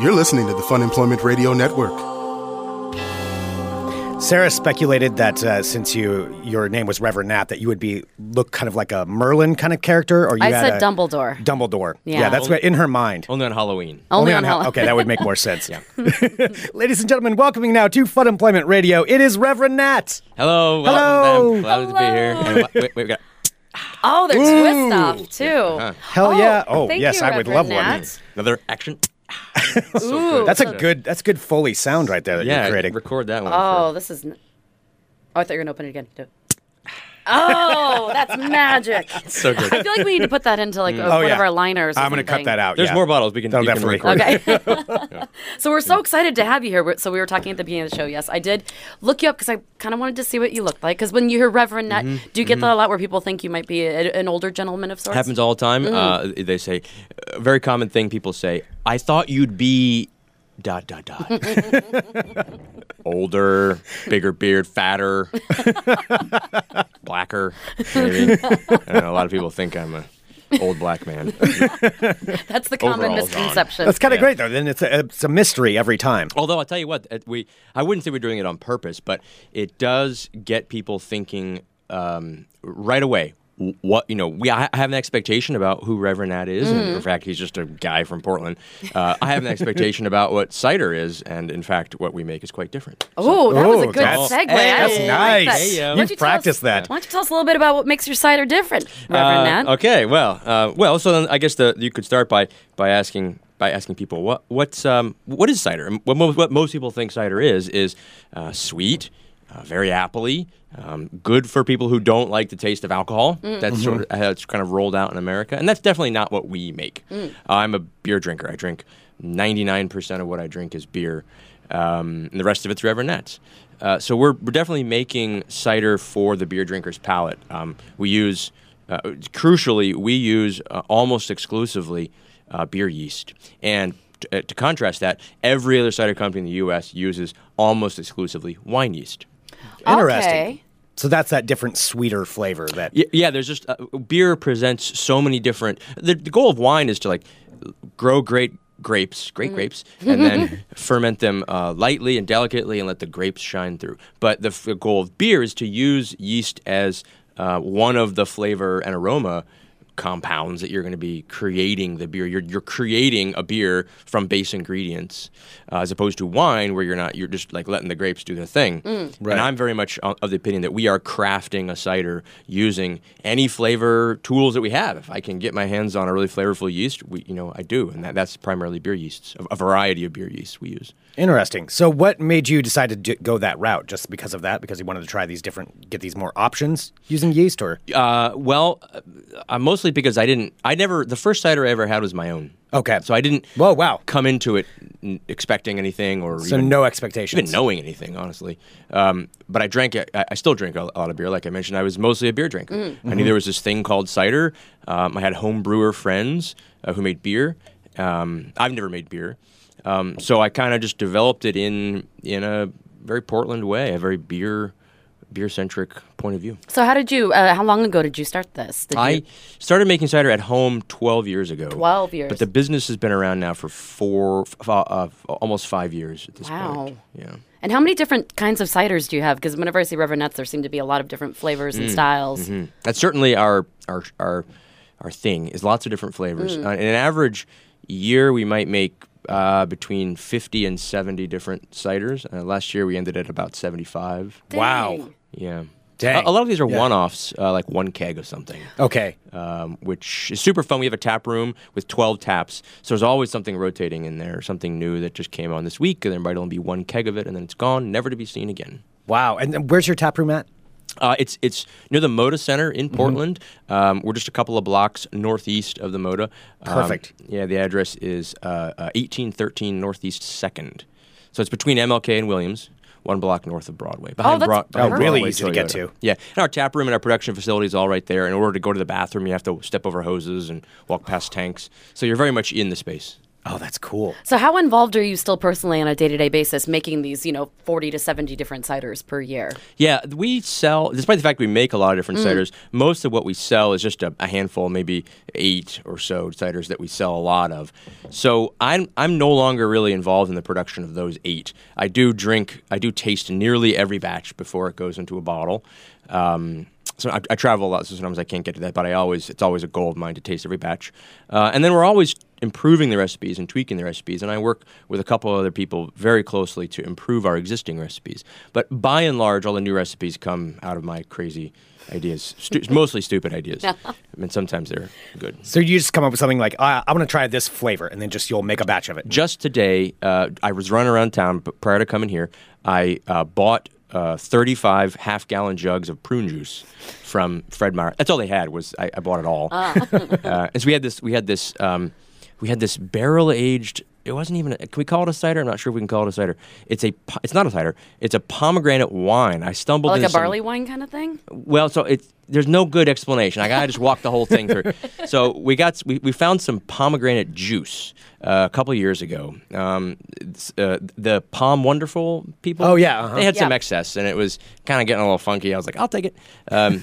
Speaker 1: You're listening to the Fun Employment Radio Network.
Speaker 6: Sarah speculated that uh, since you your name was Reverend Nat, that you would be look kind of like a Merlin kind of character, or you
Speaker 3: I
Speaker 6: had
Speaker 3: said
Speaker 6: a-
Speaker 3: Dumbledore.
Speaker 6: Dumbledore. Yeah,
Speaker 3: Yeah.
Speaker 6: that's what in her mind.
Speaker 4: Only on Halloween.
Speaker 3: Only, on
Speaker 6: Hall-
Speaker 3: Halloween.
Speaker 6: Okay, that would make more
Speaker 3: [LAUGHS]
Speaker 6: sense. yeah. [LAUGHS] Ladies and gentlemen, welcoming now to Fun Employment Radio. It is Reverend Nat.
Speaker 4: Hello.
Speaker 6: Hello.
Speaker 4: Welcome, ma'am. Glad to be here.
Speaker 3: Hello.
Speaker 4: And wha- wait, wait, we got-
Speaker 3: Oh, they're twist off too.
Speaker 6: Hell yeah! Oh
Speaker 3: thank
Speaker 6: yes,
Speaker 3: you,
Speaker 6: I would
Speaker 3: Reverend
Speaker 6: love one.
Speaker 3: Nat.
Speaker 4: another
Speaker 6: [LAUGHS]
Speaker 4: action.
Speaker 3: Ooh,
Speaker 6: That's a good. That's good Foley sound right there that
Speaker 4: Yeah,
Speaker 6: you're creating.
Speaker 4: record that one.
Speaker 3: Oh, this is. n- Oh, I thought you were gonna open it again. Do it. Oh, that's magic. Mm.
Speaker 6: [LAUGHS]
Speaker 4: So good.
Speaker 3: I feel like we need to put that into like a,
Speaker 6: Oh,
Speaker 3: one
Speaker 6: yeah.
Speaker 3: of our liners. or
Speaker 6: I'm going to cut
Speaker 3: something.
Speaker 6: that out.
Speaker 4: There's
Speaker 6: yeah.
Speaker 4: more bottles we can,
Speaker 6: Oh,
Speaker 4: we can
Speaker 6: definitely.
Speaker 4: record.
Speaker 6: [LAUGHS]
Speaker 3: Okay. so we're so excited to have you here. We're- So we were talking at the beginning of the show. Yes, I did look you up because I kind of wanted to see what you looked like. Because when you hear Reverend Nut,
Speaker 6: Mm-hmm.
Speaker 3: do you get that a lot where people think you might be a, an older gentleman of sorts?
Speaker 4: Happens all the time.
Speaker 6: Mm.
Speaker 4: Uh, they say, a very common thing people say, I thought you'd be dot, dot, dot.
Speaker 6: [LAUGHS]
Speaker 4: Older, bigger beard, fatter, blacker. Maybe. I don't know, a lot of people think I'm a old black
Speaker 6: [LAUGHS]
Speaker 4: man.
Speaker 3: [LAUGHS] That's the common
Speaker 4: Overalls on.
Speaker 3: misconception.
Speaker 6: That's kind of great, though. Then it's a, it's a mystery every time.
Speaker 4: [CLEARS THROAT] Although I'll tell you what, it- we I wouldn't say we're doing it on purpose, but it does get people thinking um, right away. wh- What you know, we I I have an expectation about who Reverend Nat is, and in fact, he's just a guy from Portland. Uh, I have an expectation about what cider is, and in fact, what we make is quite different.
Speaker 3: Oh, that was a
Speaker 6: Oh,
Speaker 3: good
Speaker 6: that's-
Speaker 3: segue. I
Speaker 4: that's
Speaker 6: nice.
Speaker 3: like that.
Speaker 4: Hey, yo.
Speaker 3: Why
Speaker 4: You've
Speaker 3: don't you tell us-
Speaker 6: practiced that.
Speaker 3: Why don't you tell us a little bit about what makes your cider different, Reverend
Speaker 4: Uh,
Speaker 3: Nat?
Speaker 4: Okay, well, uh, well. So then I guess the, you could start by by asking by asking people what what's um, what is cider? And What, mo- what most people think cider is is uh, sweet, uh, very appley, um, good for people who don't like the taste of alcohol.
Speaker 3: Mm.
Speaker 4: That's sort of how it's kind of rolled out in America, and that's definitely not what we make.
Speaker 3: Mm.
Speaker 4: I'm a beer drinker. I drink 99% of what I drink is beer, um, and the rest of it's Reverend Nat's. Uh, so we're, we're definitely making cider for the beer drinker's palate. Um, we use uh, crucially, we use uh, almost exclusively uh, beer yeast. And t- uh, to contrast that, every other cider company in the U.S. uses almost exclusively wine yeast.
Speaker 6: Interesting.
Speaker 3: Okay.
Speaker 6: So that's that different, sweeter flavor that.
Speaker 4: Y- yeah, there's just uh, beer presents so many different. The, the goal of wine is to like grow great grapes, great grapes, and then ferment them uh, lightly and delicately and let the grapes shine through. But the, f- the goal of beer is to use yeast as uh, one of the flavor and aroma compounds that you're going to be creating the beer. You're, you're creating a beer from base ingredients, uh, as opposed to wine where you're not. You're just like letting the grapes do their thing. And I'm very much o- of the opinion that we are crafting a cider using any flavor tools that we have. If I can get my hands on a really flavorful yeast, we, you know, I do, and that, that's primarily beer yeasts, a, a variety of beer yeasts we use.
Speaker 6: Interesting. So, what made you decide to d- go that route? Just because of that? Because you wanted to try these different, get these more options using yeast, or
Speaker 4: Uh, well, uh, uh, mostly because I didn't. I never. The first cider I ever had was my own.
Speaker 6: Okay.
Speaker 4: So I didn't.
Speaker 6: Whoa, wow.
Speaker 4: Come into it n- expecting anything or
Speaker 6: so
Speaker 4: even,
Speaker 6: no expectations.
Speaker 4: even knowing anything, honestly. Um, but I drank. I, I still drink a, lot of beer. Like I mentioned, I was mostly a beer
Speaker 3: Mm.
Speaker 4: drinker. I
Speaker 3: Mm-hmm.
Speaker 4: knew there was this thing called cider. Um, I had home brewer friends uh, who made beer. Um, I've never made beer, um, so I kind of just developed it in in a very Portland way, a very beer beer centric point of view.
Speaker 3: So how did you? Uh, how long ago did you start this? Did you-
Speaker 4: I started making cider at home 12 years ago.
Speaker 3: 12 years.
Speaker 4: But the business has been around now for four, f- uh, uh, almost five years at this
Speaker 3: Wow.
Speaker 4: point. Yeah.
Speaker 3: And how many different kinds of ciders do you have? Because whenever I see Reverend Nuts, there seem to be a lot of different flavors
Speaker 4: Mm,
Speaker 3: and styles.
Speaker 4: That's certainly our our our our thing is lots of different flavors. Uh, in an average year, we might make uh, between 50 and 70 different ciders. Uh, last year, we ended at about 75.
Speaker 6: Wow.
Speaker 3: Dang.
Speaker 4: Yeah.
Speaker 6: Dang.
Speaker 4: A, a lot of these are
Speaker 6: Yeah.
Speaker 4: one-offs, uh, like one keg of something.
Speaker 6: Okay.
Speaker 4: um, which is super fun. We have a tap room with 12 taps. So there's always something rotating in there, something new that just came on this week, and there might only be one keg of it, and then it's gone, never to be seen again.
Speaker 6: Wow. And then where's your tap room at?
Speaker 4: Uh, it's it's near the Moda Center in
Speaker 6: Mm-hmm.
Speaker 4: Portland. Um, we're just a couple of blocks northeast of the Moda. Um,
Speaker 6: Perfect.
Speaker 4: Yeah, the address is uh, uh, 1813 Northeast 2nd. So it's between MLK and Williams, one block north of Broadway. Behind
Speaker 3: that's
Speaker 4: Broad- behind
Speaker 6: Oh, really
Speaker 4: Broadway
Speaker 6: easy to get
Speaker 4: Toyota.
Speaker 6: to.
Speaker 4: Yeah, and our tap room and our production facility is all right there. In order to go to the bathroom, you have to step over hoses and walk past tanks. So you're very much in the space.
Speaker 6: Oh, that's cool.
Speaker 3: So how involved are you still personally on a day to day basis, making these you know forty to seventy different ciders per year?
Speaker 4: Yeah, we sell, despite the fact we make a lot of different ciders, most of what we sell is just a, a handful, maybe eight or so ciders that we sell a lot of. So I'm, I'm no longer really involved in the production of those eight. I do drink, I do taste nearly every batch before it goes into a bottle. Um, so I, I travel a lot, so sometimes I can't get to that, but I always, it's always a goal of mine to taste every batch. Uh, and then we're always improving the recipes and tweaking the recipes. And I work with a couple other people very closely to improve our existing recipes. But by and large, all the new recipes come out of my crazy ideas, Stu- mostly stupid ideas. I mean, sometimes they're good.
Speaker 6: So you just come up with something like, I, I want to try this flavor, and then just you'll make a batch of it.
Speaker 4: Just today, uh, I was running around town but prior to coming here. I uh, bought uh, 35 half gallon jugs of prune juice from Fred Meyer. That's all they had was I, I bought it all.
Speaker 3: Ah.
Speaker 4: [LAUGHS] uh, and so we had this we had this um, we had this barrel aged. It wasn't even. A, can we call it a cider? I'm not sure if we can call it a cider. It's a. po- It's not a cider. It's a pomegranate wine. I stumbled
Speaker 3: Oh, Like
Speaker 4: into
Speaker 3: a
Speaker 4: some-
Speaker 3: barley wine kind of thing?
Speaker 4: well, so it's there's no good explanation. I gotta just walk the whole thing
Speaker 6: [LAUGHS]
Speaker 4: through. so we got we, we found some pomegranate juice uh, a couple years ago. Um, it's, uh, the Palm Wonderful people.
Speaker 6: Oh, yeah, uh-huh.
Speaker 4: they had some
Speaker 3: Yeah.
Speaker 4: excess, and it was kind of getting a little funky. I was like, I'll take it. Um,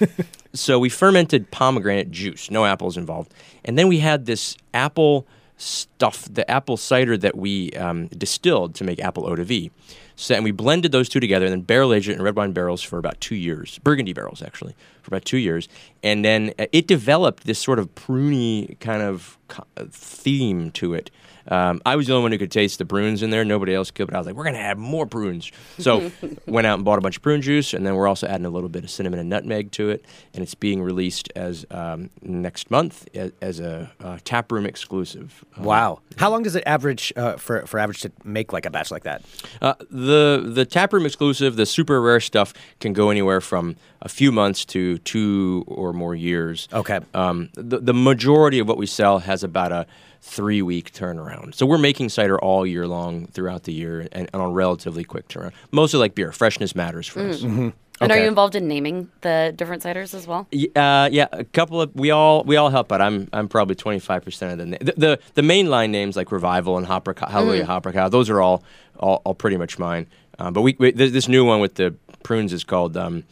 Speaker 4: so we fermented pomegranate juice, no apples involved, and then we had this apple stuff, the apple cider that we um, distilled to make apple eau de vie. So, and we blended those two together and then barrel aged it in red wine barrels for about two years, Burgundy barrels actually, for about two years. And then uh, it developed this sort of pruny kind of co- uh, theme to it. Um, I was the only one who could taste the prunes in there. Nobody else could, but I was like, we're going to add more prunes. So went out and bought a bunch of prune juice, and then we're also adding a little bit of cinnamon and nutmeg to it. And it's being released as um, next month as, as a uh, taproom exclusive. Um,
Speaker 6: Wow. How long does it average uh, for for average to make like a batch like that?
Speaker 4: Uh, the the taproom exclusive, the super rare stuff, can go anywhere from a few months to two or more years.
Speaker 6: Okay.
Speaker 4: Um, the the majority of what we sell has about a three week turnaround. So we're making cider all year long throughout the year and, and on relatively quick turnaround. Mostly like beer, freshness matters for us.
Speaker 3: And
Speaker 6: Okay.
Speaker 3: are you involved in naming the different ciders as well?
Speaker 4: Y- Uh, yeah, a couple of we all we all help out. I'm I'm probably 25 percent of the, na- the the the mainline names like Revival and Hopper Hallelujah Hopper Cow. Those are all all, all pretty much mine. Um, but we, we th- this new one with the prunes is called um,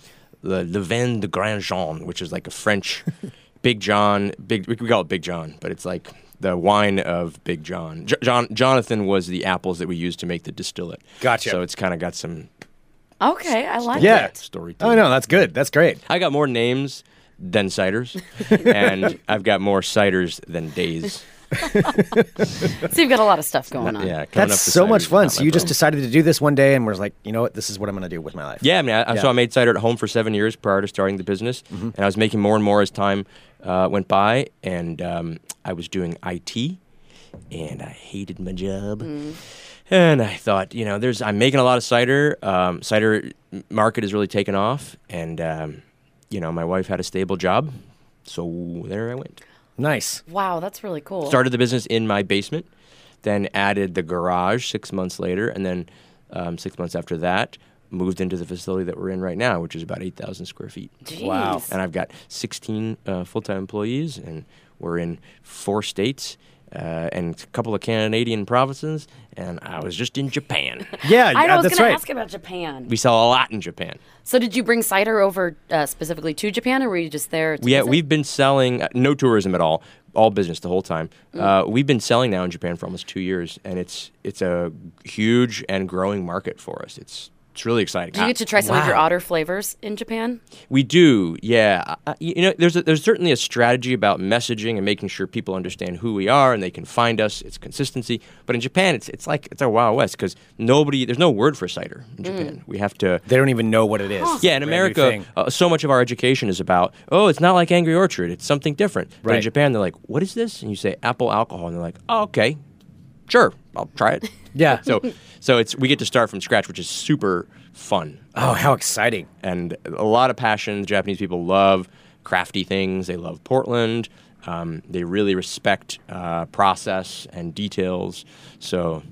Speaker 4: the Le Vin de Grand Jean, which is like a French Big John. Big we call it Big John, but it's like the wine of Big John. J- John Jonathan was the apples that we used to make the distillate.
Speaker 6: Gotcha.
Speaker 4: So it's kind of got some
Speaker 3: Okay, I like
Speaker 6: Yeah.
Speaker 3: it.
Speaker 4: story. to
Speaker 6: Oh
Speaker 4: it.
Speaker 6: no, that's good. That's great.
Speaker 4: I got more names than ciders, and I've got more ciders than days.
Speaker 3: So you've got a lot of stuff going on.
Speaker 4: Yeah, coming
Speaker 6: That's
Speaker 4: up to
Speaker 6: so
Speaker 4: ciders
Speaker 6: much
Speaker 4: is
Speaker 6: fun.
Speaker 4: not
Speaker 6: So
Speaker 4: my
Speaker 6: you just
Speaker 4: problem.
Speaker 6: decided to do this one day and was like, you know what? This is what I'm going to do with my life.
Speaker 4: yeah, I mean, I, I-
Speaker 6: Yeah. Mm-hmm.
Speaker 4: so I made cider at home for seven years prior to starting the business, and I was making more and more as time uh, went by, and um, I was doing IT, and I hated my job. And I thought, you know, there's I'm making a lot of cider. Um, cider market is really taken off, and um, you know, my wife had a stable job, so there I went.
Speaker 6: Nice.
Speaker 3: Wow, that's really cool.
Speaker 4: started the business in my basement, then added the garage six months later, and then um, six months after that, moved into the facility that we're in right now, which is about 8,000 square feet.
Speaker 3: Jeez.
Speaker 6: Wow.
Speaker 4: And I've got 16 uh, full time employees, and we're in four states. Uh, and a couple of Canadian provinces, and I was just
Speaker 3: [LAUGHS]
Speaker 4: in Japan.
Speaker 6: Yeah,
Speaker 3: I, know,
Speaker 6: uh,
Speaker 3: I was
Speaker 6: that's
Speaker 3: going
Speaker 6: right.
Speaker 3: to ask about Japan.
Speaker 4: we sell a lot in Japan.
Speaker 3: So did you bring cider over uh, specifically to Japan, or were you just there? To
Speaker 4: Yeah,
Speaker 3: visit?
Speaker 4: we've been selling uh, no tourism at all, all business the whole time.
Speaker 3: Mm.
Speaker 4: Uh, we've been selling now in Japan for almost two years, and it's it's a huge and growing market for us. It's it's really exciting.
Speaker 3: Did you
Speaker 4: I-
Speaker 3: get to try some of your otter flavors in Japan?
Speaker 4: we do, yeah. I- I- you know, there's a, there's certainly a strategy about messaging and making sure people understand who we are and they can find us. It's consistency, but in Japan, it's it's like it's our wild west because nobody there's no word for cider in Japan.
Speaker 3: Mm.
Speaker 4: We have to
Speaker 6: They don't even know what it is.
Speaker 4: yeah,
Speaker 6: Brand
Speaker 4: in
Speaker 6: new
Speaker 4: America,
Speaker 6: thing.
Speaker 4: uh, so much of our education is about, oh, it's not like Angry Orchard, it's something different. But
Speaker 6: Right.
Speaker 4: in Japan, they're like, what is this? And you say apple alcohol, and they're like, oh, okay, sure, I'll
Speaker 6: [LAUGHS]
Speaker 4: try it.
Speaker 6: Yeah.
Speaker 4: So, so it's we get to start from scratch, which is super fun
Speaker 6: Oh, how exciting.
Speaker 4: and a lot of passion. The Japanese people love crafty things. They love Portland. Um, they really respect uh, process and details. So.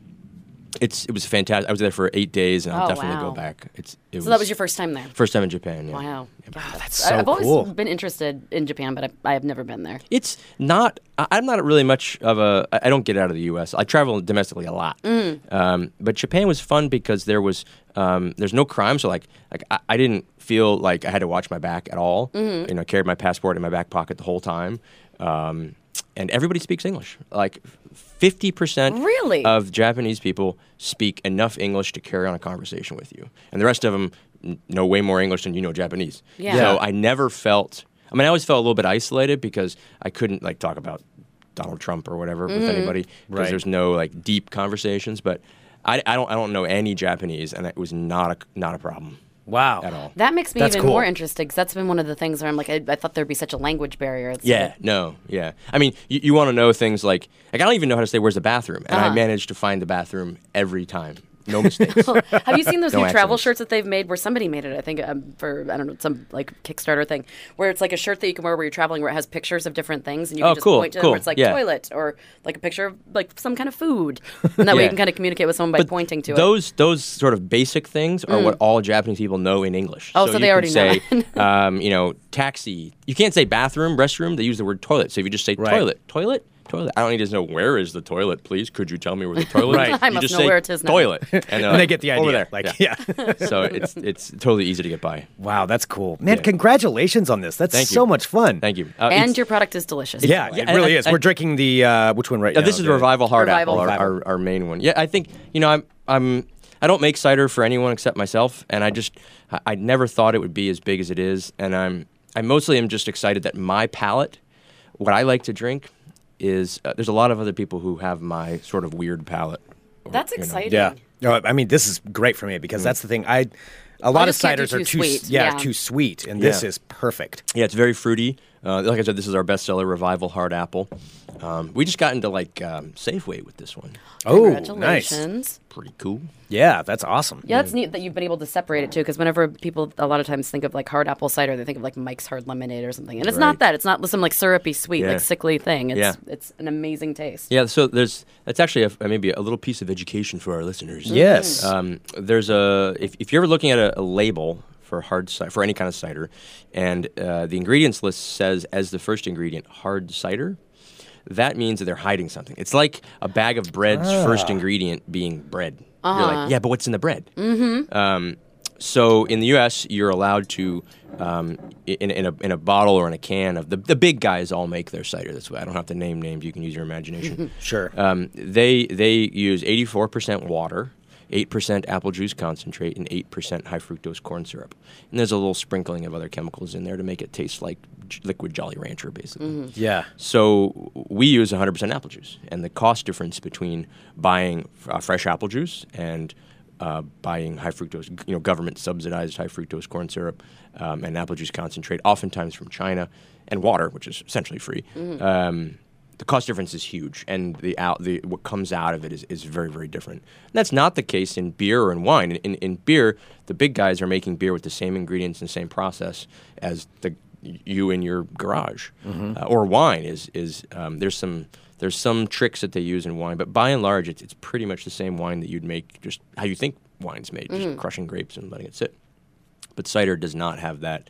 Speaker 4: It's, it was fantastic. I was there for eight days, and I'll
Speaker 3: Oh,
Speaker 4: definitely
Speaker 3: wow.
Speaker 4: go back. It's, it
Speaker 3: So that was your first time there.
Speaker 4: First time in Japan. Yeah.
Speaker 3: Wow. God, that's
Speaker 6: so
Speaker 3: I've
Speaker 6: cool.
Speaker 3: always been interested in Japan, but I, I have never been there.
Speaker 4: It's not. I- I'm not really much of a. I I don't get out of the U.S. I travel domestically a lot.
Speaker 3: Mm.
Speaker 4: Um, but Japan was fun because there was um, there's no crime, so like like I, I didn't feel like I had to watch my back at all.
Speaker 3: Mm-hmm.
Speaker 4: You know, I carried my passport in my back pocket the whole time. Um, and everybody speaks English. Like fifty percent
Speaker 3: Really?
Speaker 4: of Japanese people speak enough English to carry on a conversation with you, and the rest of them know way more English than you know Japanese.
Speaker 3: Yeah.
Speaker 4: So
Speaker 3: Yeah.
Speaker 4: I never felt. I mean, I always felt a little bit isolated because I couldn't like talk about Donald Trump or whatever with anybody because
Speaker 6: Mm-hmm. Right.
Speaker 4: there's no like deep conversations. But I, I don't I don't know any Japanese, and it was not a not a problem.
Speaker 6: Wow.
Speaker 4: At all.
Speaker 3: That makes me
Speaker 6: That's
Speaker 3: even
Speaker 6: cool.
Speaker 3: more interested because that's been one of the things where I'm like, I, I thought there'd be such a language barrier. It's
Speaker 4: Yeah,
Speaker 3: like-
Speaker 4: no, yeah. I mean, you,
Speaker 6: Uh-huh.
Speaker 4: you want to know things like like I don't even know how to say where's the bathroom, and I managed to find the bathroom every time
Speaker 6: [LAUGHS]
Speaker 4: No mistakes.
Speaker 3: Have you
Speaker 4: [LAUGHS]
Speaker 3: seen those
Speaker 4: No
Speaker 3: new travel
Speaker 4: accidents.
Speaker 3: shirts that they've made? Where somebody made it, I think, um, for I don't know some like Kickstarter thing, where it's like a shirt that you can wear where you're traveling, where it has pictures of different things, and you can
Speaker 4: Oh,
Speaker 3: just
Speaker 4: cool,
Speaker 3: point to them
Speaker 4: cool,
Speaker 3: where it's like
Speaker 4: yeah.
Speaker 3: toilet or like a picture of like some kind of food, and that way
Speaker 4: [LAUGHS] Yeah.
Speaker 3: you can kind of communicate with someone by pointing to it. Mm.
Speaker 4: those those sort of basic things are what all Japanese people know in English.
Speaker 3: Oh, so
Speaker 4: you
Speaker 3: they
Speaker 4: can
Speaker 3: already know.
Speaker 4: say,
Speaker 3: [LAUGHS]
Speaker 4: um, you know, taxi. You can't say bathroom, restroom. They use the word toilet. So if you just say
Speaker 6: Right.
Speaker 4: toilet, toilet, toilet. I don't need to know where is the toilet, please. Could you tell me where the toilet
Speaker 6: Right.
Speaker 3: [LAUGHS]
Speaker 4: is?
Speaker 6: I
Speaker 4: you
Speaker 3: must
Speaker 4: just
Speaker 3: know
Speaker 4: say
Speaker 3: where it is now.
Speaker 6: [LAUGHS]
Speaker 4: Toilet, and, they're
Speaker 6: And they
Speaker 4: like,
Speaker 6: get the idea.
Speaker 4: Over there.
Speaker 6: Like, yeah. [LAUGHS]
Speaker 4: so it's it's totally easy to get by.
Speaker 6: wow, that's cool, man. Congratulations on this. That's
Speaker 4: Thank you.
Speaker 6: so much fun.
Speaker 4: Thank you. Uh,
Speaker 3: and
Speaker 4: it's-
Speaker 3: your product is delicious.
Speaker 6: Yeah,
Speaker 4: Yeah,
Speaker 6: it really is.
Speaker 4: and-
Speaker 6: We're
Speaker 4: and-
Speaker 6: drinking the uh, which one right
Speaker 4: Yeah,
Speaker 6: now?
Speaker 4: this is
Speaker 6: The-
Speaker 4: Revival Hard
Speaker 3: Revival.
Speaker 4: Apple, our,
Speaker 6: Revival.
Speaker 4: our, our main one. Yeah, I think you know I'm I'm I don't make cider for anyone except myself, and I just I, I never thought it would be as big as it is, and I'm I mostly am just excited that my palate, what I like to drink, is uh, there's a lot of other people who have my sort of weird palate. or,
Speaker 3: that's
Speaker 4: you know.
Speaker 3: exciting.
Speaker 6: Yeah. No, I mean this is great for me because
Speaker 4: Mm.
Speaker 6: that's the thing. I a lot of
Speaker 3: just can't do
Speaker 6: ciders are
Speaker 3: too
Speaker 6: too s-
Speaker 3: sweet.
Speaker 6: yeah,
Speaker 3: Yeah.
Speaker 6: too sweet, and this
Speaker 4: Yeah.
Speaker 6: is perfect.
Speaker 4: Yeah, it's very fruity. Uh, like I said, this is our bestseller, Revival Hard Apple. Um, we just got into like um, Safeway with this one.
Speaker 6: Oh, nice.
Speaker 3: Congratulations.
Speaker 4: Pretty cool.
Speaker 6: Yeah, that's awesome.
Speaker 3: Yeah, that's neat that you've been able to separate it too, because whenever people a lot of times think of like hard apple cider, they think of like Mike's Hard Lemonade or something, and it's
Speaker 4: Right.
Speaker 3: not that. It's not some like syrupy sweet,
Speaker 4: Yeah.
Speaker 3: like sickly thing. It's
Speaker 4: Yeah.
Speaker 3: it's an amazing taste.
Speaker 4: Yeah, so there's that's actually a, uh, maybe a little piece of education for our listeners.
Speaker 6: Yes.
Speaker 3: Mm.
Speaker 4: Um, there's a if, if you're ever looking at a, a label for hard cider for any kind of cider, and uh, the ingredients list says as the first ingredient hard cider, that means that they're hiding something. It's like a bag of bread's first ingredient being bread. You're like, yeah, but what's in the bread? Um, So in the U.S., you're allowed to, um, in, in, a, in a bottle or in a can of the, the big guys all make their cider this way. I don't have to name names. You can use your imagination.
Speaker 6: Sure.
Speaker 4: Um, they they use 84% water, 8% apple juice concentrate, and 8% high fructose corn syrup. And there's a little sprinkling of other chemicals in there to make it taste like j- liquid Jolly Rancher, basically.
Speaker 6: yeah.
Speaker 4: So we use 100% apple juice, and the cost difference between buying uh, fresh apple juice and uh, buying high fructose, you know, government subsidized high fructose corn syrup um, and apple juice concentrate, oftentimes from China, and water, which is essentially free. Um, the cost difference is huge, and the out the what comes out of it is, is very very different. And that's not the case in beer or in wine. In, in, in beer, the big guys are making beer with the same ingredients and the same process as the you in your garage, Uh, or wine is is um, there's some there's some tricks that they use in wine, but by and large, it's it's pretty much the same wine that you'd make just how you think wine's made, just crushing grapes and letting it sit. But cider does not have that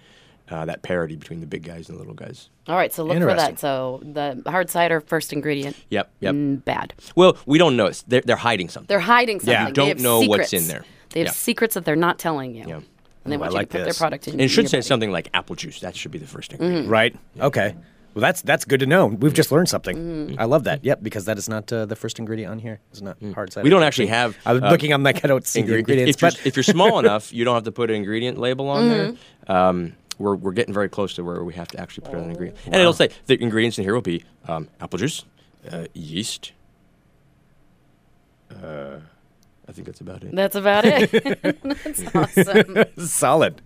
Speaker 4: uh, that parity between the big guys and the little guys.
Speaker 3: All right, so look for
Speaker 6: Interesting.
Speaker 3: that. So the hard cider first ingredient,
Speaker 4: Yep, yep.
Speaker 3: mm, bad.
Speaker 4: Well, we don't know. It's, they're, they're hiding something.
Speaker 3: They're hiding something.
Speaker 6: Yeah.
Speaker 3: They
Speaker 4: Don't
Speaker 3: have
Speaker 4: know what's
Speaker 3: secrets.
Speaker 4: in there.
Speaker 3: They have
Speaker 4: Yeah.
Speaker 3: secrets that they're not telling you.
Speaker 4: Yeah.
Speaker 3: And they
Speaker 6: Ooh,
Speaker 3: want
Speaker 6: I
Speaker 3: you
Speaker 6: like
Speaker 3: to put
Speaker 6: this.
Speaker 3: their product in.
Speaker 4: And it
Speaker 3: your
Speaker 4: should say
Speaker 3: body.
Speaker 4: something like apple juice. That should be the first
Speaker 3: Mm-hmm.
Speaker 4: ingredient.
Speaker 6: Right. Okay. Well, that's that's good to know. We've just learned something.
Speaker 3: Mm.
Speaker 6: I love that. Yep, because that is not uh, the first ingredient on here. It's not hard cider.
Speaker 4: Mm. We don't actually have.
Speaker 6: I was
Speaker 4: uh,
Speaker 6: looking. I'm like, I don't see the
Speaker 4: ingre-
Speaker 6: ingredients.
Speaker 4: If, if,
Speaker 6: but
Speaker 4: you're, if you're
Speaker 6: [LAUGHS]
Speaker 4: small enough, you don't have to put an ingredient label on
Speaker 3: Mm-hmm.
Speaker 4: there. Um, we're, we're getting very close to where we have to actually put an ingredient. And it'll say the ingredients in here will be um, apple juice, uh, yeast. Uh, I think that's about it.
Speaker 3: That's about
Speaker 4: [LAUGHS]
Speaker 3: it. That's awesome.
Speaker 6: Solid.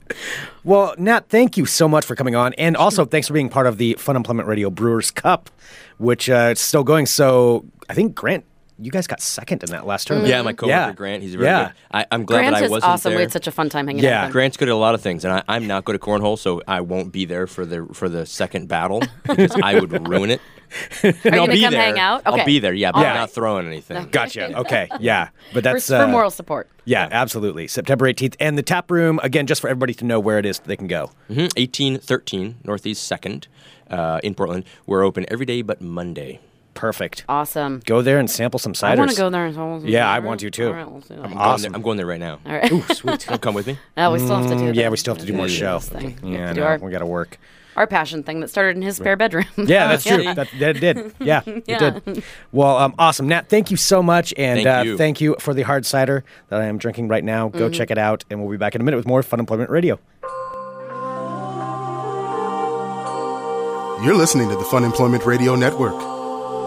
Speaker 6: Well, Nat, thank you so much for coming on, and also thanks for being part of the Fun Employment Radio Brewers Cup, which uh, it's still going. So I think Grant, you guys got second in that last tournament.
Speaker 4: Yeah, my coworker
Speaker 6: Yeah.
Speaker 4: Grant. He's very
Speaker 6: Yeah.
Speaker 4: good. I, I'm glad
Speaker 3: Grant
Speaker 4: that I
Speaker 3: is
Speaker 4: wasn't
Speaker 3: awesome.
Speaker 4: there.
Speaker 3: We had such a fun time hanging
Speaker 6: Yeah.
Speaker 3: out. with him.
Speaker 4: Grant's good at a lot of things, and I, I'm not good at cornhole, so I won't be there for the for the second battle because I
Speaker 3: [LAUGHS]
Speaker 4: would ruin it. [LAUGHS] And I'll
Speaker 3: gonna
Speaker 4: be
Speaker 3: come
Speaker 4: there.
Speaker 3: hang out?
Speaker 4: I'll
Speaker 3: Okay.
Speaker 4: be there. Yeah, but
Speaker 6: Yeah.
Speaker 4: I'm not throwing anything.
Speaker 6: Gotcha.
Speaker 3: [LAUGHS]
Speaker 6: Okay. Yeah, but
Speaker 3: For-
Speaker 6: that's
Speaker 3: for,
Speaker 6: uh,
Speaker 3: moral support.
Speaker 6: Yeah, absolutely. September 18th, and the tap room again, just for everybody to know where it is that they can go.
Speaker 4: Mhm. 1813 Northeast Second uh, in Portland. We're open every day but Monday.
Speaker 6: Perfect.
Speaker 3: Awesome.
Speaker 6: Go there and sample some ciders.
Speaker 3: I want to go there. And
Speaker 6: Yeah, I want you too.
Speaker 3: All right, let's do that.
Speaker 4: I'm
Speaker 6: Awesome.
Speaker 4: Going there, I'm going there right now.
Speaker 3: All right.
Speaker 4: Ooh,
Speaker 3: [LAUGHS]
Speaker 4: sweet. Don't come with me.
Speaker 3: Oh, we still have to do.
Speaker 6: Mm, Yeah,
Speaker 3: the-
Speaker 6: we still have to do
Speaker 3: the
Speaker 6: more
Speaker 3: business
Speaker 6: show.
Speaker 3: thing. We have
Speaker 6: Yeah,
Speaker 3: to do
Speaker 6: no,
Speaker 3: our,
Speaker 6: we got to work.
Speaker 3: our passion thing that started in his spare bedroom.
Speaker 6: Yeah, that's true.
Speaker 4: Yeah.
Speaker 6: That, that
Speaker 3: [LAUGHS]
Speaker 6: did. Yeah, it
Speaker 3: Oh, Yeah.
Speaker 6: did. Well, um, awesome, Nat. Thank you so much, and
Speaker 4: Thank
Speaker 6: uh,
Speaker 4: you.
Speaker 6: thank you for the hard cider that I am drinking right now. Go
Speaker 3: Mm-hmm.
Speaker 6: check it out, and we'll be back in a minute with more Fun Employment Radio.
Speaker 1: You're listening to the Fun Employment Radio Network.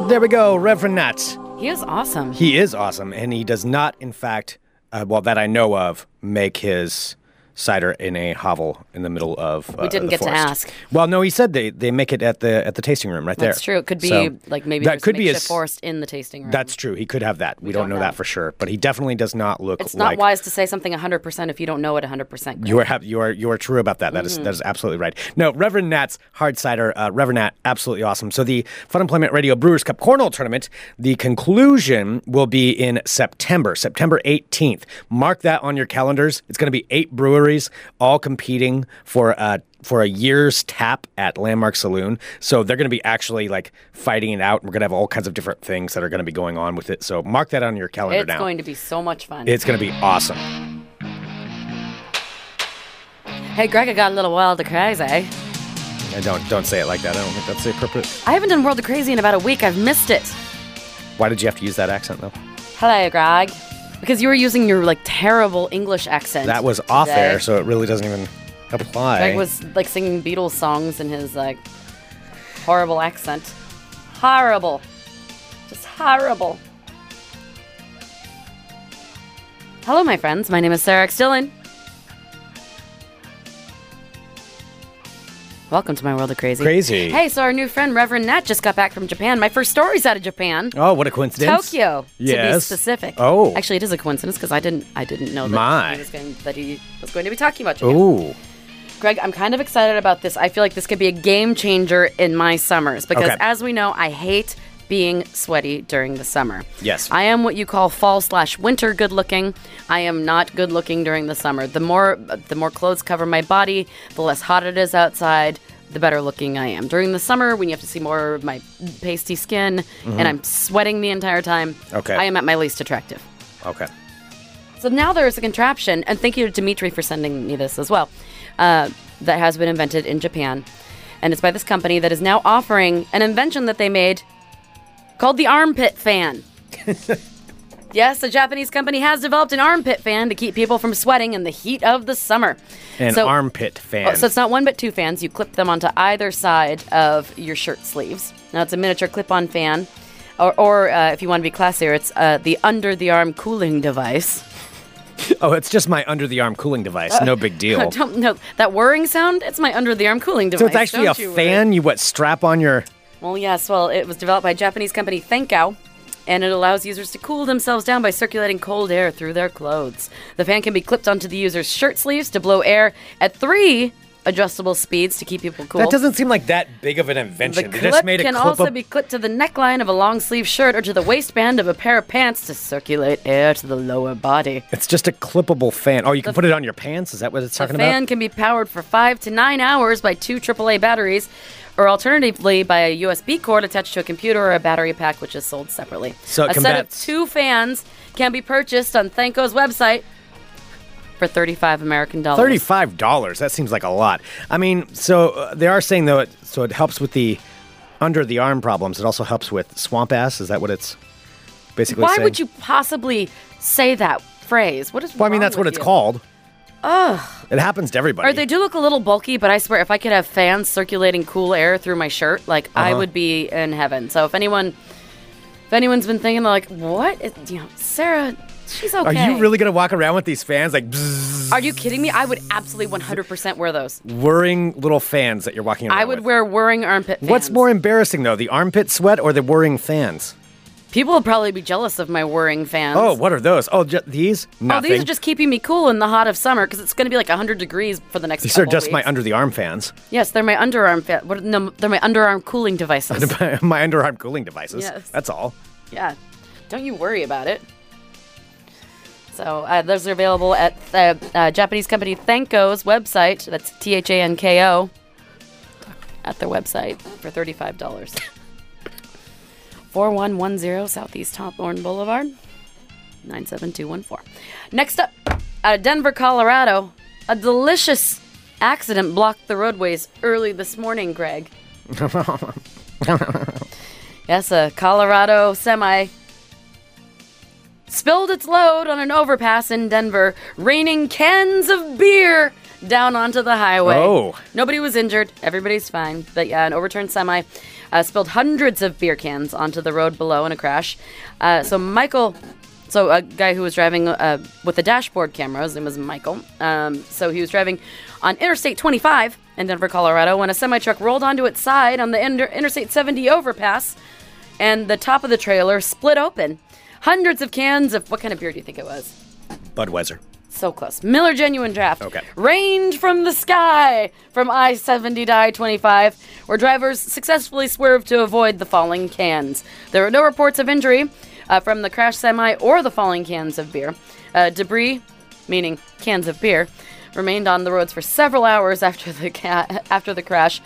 Speaker 6: There we go, Reverend Nat.
Speaker 3: [LAUGHS] he is awesome.
Speaker 6: He is awesome, and he does not, in fact, uh, well, that I know of, make his cider in a hovel in the middle of. Uh,
Speaker 3: We didn't
Speaker 6: the
Speaker 3: get to
Speaker 6: forest.
Speaker 3: ask.
Speaker 6: Well, no, he said they, they make it at the at the tasting room right there.
Speaker 3: That's true. It could be
Speaker 6: So
Speaker 3: like maybe
Speaker 6: that could be
Speaker 3: a
Speaker 6: his.
Speaker 3: forest in the tasting room.
Speaker 6: That's true. He could have that. We, don't
Speaker 3: don't
Speaker 6: know,
Speaker 3: know.
Speaker 6: that for sure, but he definitely does not look.
Speaker 3: it's not
Speaker 6: like,
Speaker 3: wise to say something 100% if you don't know it 100%. Greg.
Speaker 6: You are hap- you are you are true about that. That is
Speaker 3: Mm-hmm.
Speaker 6: that is absolutely right. No, Reverend Nat's hard cider, uh, Reverend Nat, absolutely awesome. So the Fun Employment Radio Brewers Cup Cornhole Tournament, the conclusion will be in September, September eighteenth. Mark that on your calendars. It's going to be eight breweries all competing for uh, for a year's tap at Landmark Saloon. So they're going to be actually like fighting it out. We're going to have all kinds of different things that are going to be going on with it. So mark that on your calendar
Speaker 3: it's
Speaker 6: now.
Speaker 3: going to be so much fun.
Speaker 6: it's going to be awesome.
Speaker 3: hey, Greg, I got a little wild to crazy. I
Speaker 6: And don't don't say it like that. I don't think that's the appropriate.
Speaker 3: haven't done World of Crazy in about a week. I've missed it.
Speaker 6: Why did you have to use that accent though?
Speaker 3: Hello, Greg. Because you were using your like terrible English accent.
Speaker 6: That was off
Speaker 3: today.
Speaker 6: air, so it really doesn't even apply.
Speaker 3: Greg was like singing Beatles songs in his like horrible accent. Horrible. Just horrible. Hello, my friends. My name is Sarah X. Dillon. Welcome to my world of crazy.
Speaker 6: Crazy.
Speaker 3: Hey, so our new friend Reverend Nat just got back from Japan. My first story's out of Japan.
Speaker 6: oh, what a coincidence!
Speaker 3: Tokyo, to be
Speaker 6: Yes.
Speaker 3: specific.
Speaker 6: Oh.
Speaker 3: actually, it is a coincidence because I didn't, I didn't know that
Speaker 6: My.
Speaker 3: he was going, that he was going to be talking about Japan.
Speaker 6: Ooh,
Speaker 3: Greg, I'm kind of excited about this. I feel like this could be a game changer in my summers because,
Speaker 6: Okay.
Speaker 3: as we know, I hate being sweaty during the summer.
Speaker 6: Yes.
Speaker 3: I am what you call fall slash winter good looking. I am not good looking during the summer. The more the more clothes cover my body, the less hot it is outside. The better looking I am during the summer when you have to see more of my pasty skin and I'm sweating the entire time.
Speaker 6: Mm-hmm. Okay.
Speaker 3: I am at my least attractive.
Speaker 6: okay.
Speaker 3: So now there is a contraption, and thank you to Dimitri for sending me this as well, uh, that has been invented in Japan. And it's by this company that is now offering an invention that they made called the
Speaker 6: [LAUGHS]
Speaker 3: armpit fan. yes, a Japanese company has developed an armpit fan to keep people from sweating in the heat of the summer.
Speaker 6: An
Speaker 3: So-
Speaker 6: armpit fan.
Speaker 3: Oh, so it's not one but two fans. You clip them onto either side of your shirt sleeves. Now it's a miniature clip-on fan, or, or uh, if you want to be classier, it's uh, the under-the-arm cooling device.
Speaker 6: [LAUGHS] oh, it's just my under the arm cooling device. no big deal.
Speaker 3: [LAUGHS] I don't know that whirring sound. It's my under the arm cooling device.
Speaker 6: Oh. so it's actually a
Speaker 3: don't you worry.
Speaker 6: fan. You what? Strap on your.
Speaker 3: Well, yes. Well, it was developed by Japanese company Thankow, and it allows users to cool themselves down by circulating cold air through their clothes. The fan can be clipped onto the user's shirt sleeves to blow air at three adjustable speeds to keep people cool.
Speaker 6: That doesn't seem like that big of an
Speaker 3: The
Speaker 6: invention. They
Speaker 3: clip
Speaker 6: just made a
Speaker 3: can
Speaker 6: clip
Speaker 3: also
Speaker 6: up-
Speaker 3: be clipped to the neckline of a long sleeve shirt or to the waistband of a pair of pants to circulate air to the lower body.
Speaker 6: It's just a clippable fan. Oh, you can put it on your pants. Is that what it's talking
Speaker 3: the fan
Speaker 6: about?
Speaker 3: can be powered for five to nine hours by two AAA batteries, or alternatively by a USB cord attached to a computer or a battery pack, which is sold separately.
Speaker 6: So it
Speaker 3: a set of
Speaker 6: combats-
Speaker 3: two fans can be purchased on Thanko's website for thirty-five American dollars.
Speaker 6: Thirty-five dollars. That seems like a lot. I mean, so uh, they are saying though, it, so it helps with the under the arm problems. It also helps with swamp ass. Is that what it's basically?
Speaker 3: Why
Speaker 6: saying?
Speaker 3: would you possibly say that phrase? What is?
Speaker 6: Well, I mean,
Speaker 3: wrong
Speaker 6: that's what
Speaker 3: with
Speaker 6: it's
Speaker 3: you?
Speaker 6: called. Ugh. It happens to everybody.
Speaker 3: Or they do look a little bulky, but I swear, if I could have fans circulating cool air through my shirt, like
Speaker 6: Uh-huh.
Speaker 3: I would be in heaven. So if anyone, if anyone's been thinking, like, what? Is, you know, Sarah, she's okay.
Speaker 6: Are you really gonna walk around with these fans like bzzz,
Speaker 3: Are you kidding me? I would absolutely 100% wear those.
Speaker 6: whirring little fans that you're walking around?
Speaker 3: I would
Speaker 6: with?
Speaker 3: wear whirring armpit fans.
Speaker 6: What's more embarrassing though, the armpit sweat or the whirring fans?
Speaker 3: People would probably be jealous of my whirring fans.
Speaker 6: Oh, what are those? Oh, ju- these?
Speaker 3: Oh,
Speaker 6: Nothing.
Speaker 3: these are just keeping me cool in the hot of summer because it's going to be like 100 degrees for the next.
Speaker 6: These are
Speaker 3: couple
Speaker 6: just my
Speaker 3: weeks.
Speaker 6: under the arm fans, [LAUGHS]
Speaker 3: Yes, they're my underarm. Fa- what, no, they're my underarm cooling devices.
Speaker 6: my underarm cooling devices.
Speaker 3: Yes.
Speaker 6: That's all.
Speaker 3: Yeah. Don't you worry about it. So uh, those are available at the uh, Japanese company Thanko's website. That's T H A N K O. At their website for thirty-five dollars. [LAUGHS] Four one one zero Southeast Hawthorne Boulevard, nine seven two one four. Next up, out of Denver, Colorado, a delicious accident blocked the roadways early this morning. Greg. Yes, a Colorado semi spilled its load on an overpass in Denver, raining cans of beer down onto the highway.
Speaker 6: Oh.
Speaker 3: Nobody was injured. Everybody's fine. But yeah, an overturned semi uh, spilled hundreds of beer cans onto the road below in a crash. Uh, so Michael So a guy who was driving uh, with a dashboard camera, his name was Michael. Um, so he was driving on Interstate 25 in Denver, Colorado, when a semi truck rolled onto its side on the inter- Interstate 70 overpass, and the top of the trailer split open. Hundreds of cans of what kind of beer do you think it was?
Speaker 6: Budweiser.
Speaker 3: So close. Miller Genuine Draft.
Speaker 6: Okay.
Speaker 3: Rained from the sky from I 70 to I 25, where drivers successfully swerved to avoid the falling cans. There were no reports of injury uh, from the crash semi or the falling cans of beer. Uh, debris, meaning cans of beer, remained on the roads for several hours after the, ca- after the crash.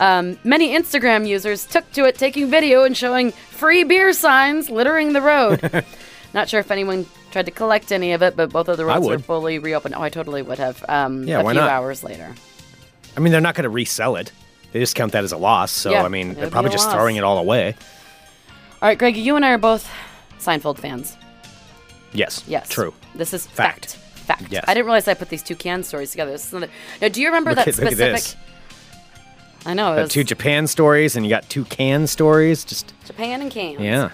Speaker 3: Um, many Instagram users took to it, taking video and showing free beer signs littering the road. Not sure if anyone tried to collect any of it, but both of the
Speaker 6: I
Speaker 3: roads were
Speaker 6: would.
Speaker 3: fully reopened. Oh, I totally would have. Um,
Speaker 6: Yeah,
Speaker 3: a
Speaker 6: why
Speaker 3: few
Speaker 6: not?
Speaker 3: hours later.
Speaker 6: I mean, they're not going to resell it. They just count that as a loss. So,
Speaker 3: Yeah,
Speaker 6: I mean,
Speaker 3: it
Speaker 6: they're
Speaker 3: would
Speaker 6: probably
Speaker 3: be a
Speaker 6: just
Speaker 3: loss.
Speaker 6: throwing it all away.
Speaker 3: All right, Greg, you and I are both Seinfeld fans.
Speaker 6: Yes.
Speaker 3: Yes.
Speaker 6: True.
Speaker 3: This is
Speaker 6: Fact.
Speaker 3: fact. Fact.
Speaker 6: Yes.
Speaker 3: I didn't realize I put these two can stories together. This is another... Now, do you remember
Speaker 6: Look
Speaker 3: that
Speaker 6: at- look at
Speaker 3: specific?
Speaker 6: this.
Speaker 3: I know. It
Speaker 6: Got
Speaker 3: was
Speaker 6: two Japan stories and you got two can stories. Just,
Speaker 3: Japan and cans.
Speaker 6: yeah.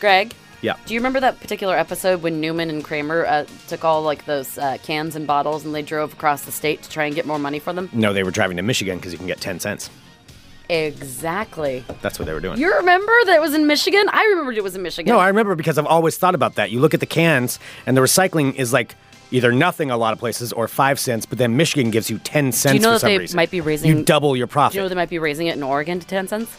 Speaker 3: Greg,
Speaker 6: Yeah.
Speaker 3: do you remember that particular episode when Newman and Kramer uh, took all like those uh, cans and bottles and they drove across the state to try and get more money for them?
Speaker 6: No, they were driving to Michigan because you can get 10 cents.
Speaker 3: Exactly.
Speaker 6: That's what they were doing.
Speaker 3: You remember that it was in Michigan? I remembered it was in Michigan.
Speaker 6: No, I remember because I've always thought about that. You look at the cans, and the recycling is like either nothing a lot of places or five cents, but then Michigan gives you ten cents.
Speaker 3: know
Speaker 6: for
Speaker 3: that
Speaker 6: some
Speaker 3: they
Speaker 6: reason.
Speaker 3: might be raising-
Speaker 6: You double your profit.
Speaker 3: Do you know they might be raising it in Oregon to 10 cents?